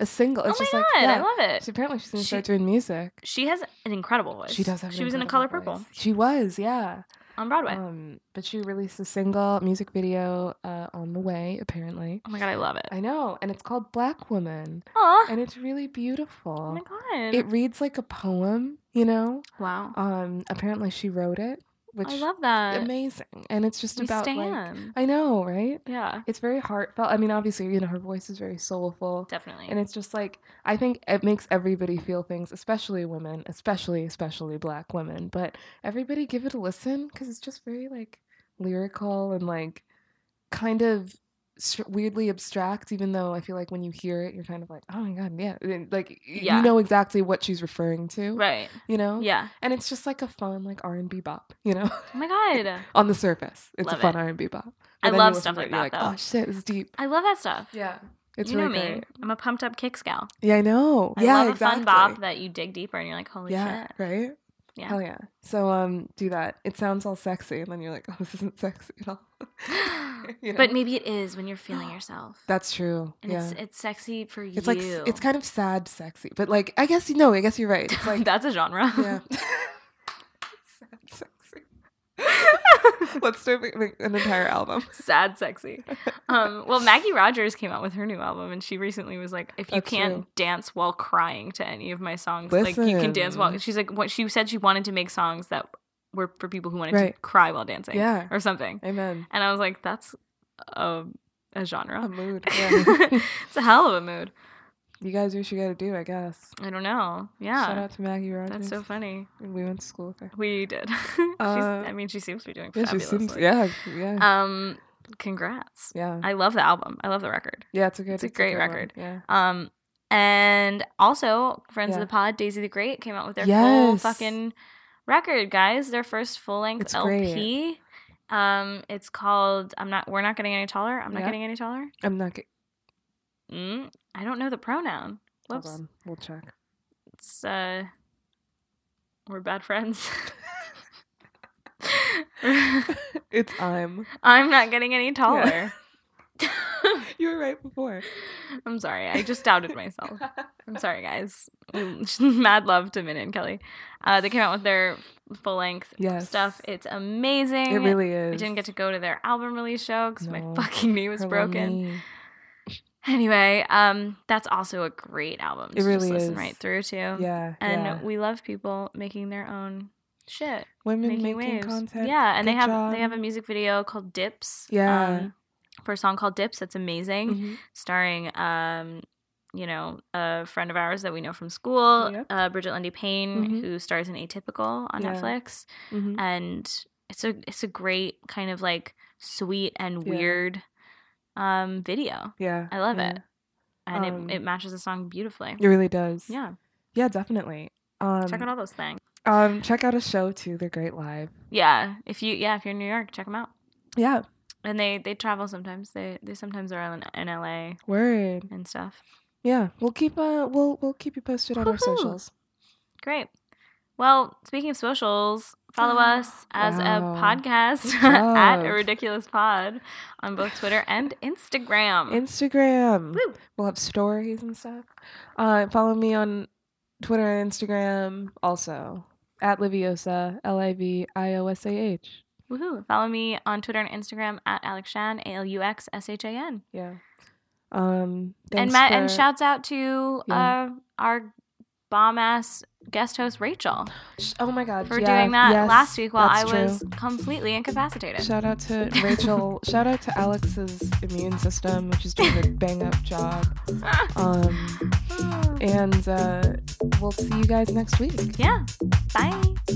S1: a single. It's
S2: oh
S1: just
S2: my
S1: like,
S2: god,
S1: yeah.
S2: I love it.
S1: She, apparently, she's gonna
S2: She-
S1: start doing music.
S2: She has an incredible voice.
S1: She does have. an
S2: She was in a color
S1: incredible
S2: purple
S1: voice. She was, yeah.
S2: on Broadway.
S1: Um, but she released a single, music video uh, on the way. Apparently,
S2: oh my god, I love it.
S1: I know, and it's called Black Woman,
S2: Aw.
S1: and it's really
S2: oh
S1: beautiful.
S2: my god.
S1: It reads like a poem, you know.
S2: wow.
S1: Um, apparently, she wrote it, which
S2: I love that.
S1: amazing, and it's just
S2: we
S1: about like
S2: stand.
S1: I know, right?
S2: yeah,
S1: It's very heartfelt. I mean, obviously, you know, her voice is very soulful.
S2: definitely.
S1: And it's just like, I think it makes everybody feel things, especially women, especially, especially black women. But everybody give it a listen because it's just very like lyrical and like kind of s- weirdly abstract, even though I feel like when you hear it, you're kind of like, oh my God, yeah. And, Like, y-
S2: Yeah.
S1: you know exactly what she's referring to,
S2: right.
S1: you know?
S2: Yeah.
S1: And it's just like a fun, like R&B bop, you know?
S2: Oh my god.
S1: On the surface, it's
S2: Love
S1: a fun
S2: it.
S1: R&B bop. But
S2: I
S1: then you
S2: love
S1: listen
S2: stuff
S1: to it,
S2: like
S1: you're
S2: that, though.
S1: Oh shit, it's deep.
S2: I love that stuff.
S1: Yeah. It's
S2: you
S1: really
S2: know me.
S1: great.
S2: I'm a pumped up kick scout.
S1: Yeah, I know. yeah,
S2: I love
S1: exactly.
S2: a fun bop that you dig deeper and you're like, holy
S1: yeah,
S2: shit.
S1: right?
S2: Yeah.
S1: Hell yeah. So um do that. It sounds all sexy and then you're like, Oh, this isn't sexy at all. You
S2: But
S1: know?
S2: maybe it is when you're feeling yourself.
S1: That's true.
S2: and
S1: yeah.
S2: it's it's sexy for you.
S1: It's like s- it's kind of sad sexy. But like I guess you know, I guess you're right. It's like
S2: that's a genre.
S1: yeah. sad sexy. Let's do like, like, an entire album.
S2: sad sexy um well maggie rogers came out with her new album and she recently was like if you
S1: That's
S2: can't
S1: true.
S2: dance while crying to any of my songs like you can dance while
S1: Listen.
S2: she's like what she said she wanted to make songs that were for people who wanted to
S1: Right.
S2: cry while dancing
S1: Yeah.
S2: or something
S1: Amen.
S2: and i was like that's a, a
S1: A
S2: genre
S1: mood. Yeah.
S2: it's a hell of a mood
S1: you guys do what you gotta do, I guess.
S2: i don't know
S1: Shout
S2: yeah
S1: out to Maggie Rogers.
S2: that's so funny
S1: We went to school with her.
S2: we did She's,
S1: Uh,
S2: i mean she seems to be doing
S1: Yeah, she
S2: fabulous
S1: seems yeah, yeah.
S2: um congrats
S1: yeah.
S2: i love the album i love the record
S1: Yeah, it's a good.
S2: It's a great
S1: good one.
S2: record.
S1: Yeah.
S2: Um, and also, friends
S1: Yeah.
S2: of the pod, Daisy the Great came out with their full
S1: Yes.
S2: fucking record, guys. Their first full length
S1: It's
S2: LP. Um, it's called "I'm Not." We're not getting any taller. I'm not
S1: Yeah.
S2: getting any taller.
S1: I'm not. Get-
S2: Mm, I don't know the pronoun.
S1: Hold
S2: Whoops.
S1: on, we'll check.
S2: It's uh, we're bad friends.
S1: It's I'm.
S2: I'm not getting any taller.
S1: You were right before.
S2: I'm sorry. I just doubted
S1: Oh.
S2: myself. I'm sorry, guys. Mad love to Min and Kelly. Uh, they came out with their full length
S1: Yes.
S2: stuff. It's amazing.
S1: It really
S2: I
S1: is.
S2: didn't get to go to their album release show because
S1: No.
S2: my fucking knee was
S1: Her
S2: broken.
S1: lonely-
S2: Anyway, um, that's also a great album. To
S1: It
S2: just
S1: really
S2: listen
S1: is.
S2: right through to.
S1: Yeah.
S2: And
S1: yeah.
S2: we love people making their own shit,
S1: women
S2: making,
S1: making
S2: waves.
S1: content.
S2: yeah, and they
S1: Good
S2: have
S1: job.
S2: they have a music video called Dips.
S1: Yeah.
S2: um, for a song called Dips. That's amazing
S1: Mhm.
S2: starring um you know a friend of ours that we know from school
S1: Yep.
S2: uh, bridget lindy payne
S1: Mhm.
S2: who stars in atypical on
S1: Yeah.
S2: netflix
S1: Mhm.
S2: and it's a it's a great kind of like sweet and
S1: Yeah.
S2: weird um video
S1: Yeah.
S2: i love
S1: yeah.
S2: it and
S1: Um,
S2: it, it matches the song beautifully
S1: It really does.
S2: yeah
S1: Yeah, definitely. Um,
S2: check out all those things
S1: um, check out a show too. They're great live.
S2: yeah if you yeah if you're in new york check them out
S1: Yeah.
S2: and they they travel sometimes they they sometimes are in, in la
S1: Word.
S2: and stuff
S1: Yeah. We'll keep uh we'll we'll keep you posted on our
S2: Woohoo.
S1: socials.
S2: Great. Well, speaking of socials, follow us as
S1: Ah, Wow.
S2: a podcast
S1: Good
S2: at a
S1: job.
S2: ridiculous pod on both Twitter and Instagram.
S1: Instagram.
S2: Woo.
S1: We'll have stories and stuff. Uh, follow me on Twitter and Instagram also at Liviosa, L I V I O S A H.
S2: Woohoo. Follow me on Twitter and Instagram at Alex Shan, A L U X S H A N.
S1: Yeah. Um,
S2: And
S1: thanks
S2: Matt, and
S1: for-
S2: shouts out to
S1: Yeah.
S2: uh, our bomb ass guest host, Rachel,
S1: Sh- Oh my God.
S2: for
S1: yeah,
S2: doing that
S1: yes,
S2: last week while I
S1: that's true.
S2: was completely incapacitated.
S1: Shout out to Rachel. shout out to Alex's immune system, which is doing a bang up job. Um,
S2: Ah.
S1: And uh, we'll see you guys next week.
S2: Yeah. Bye.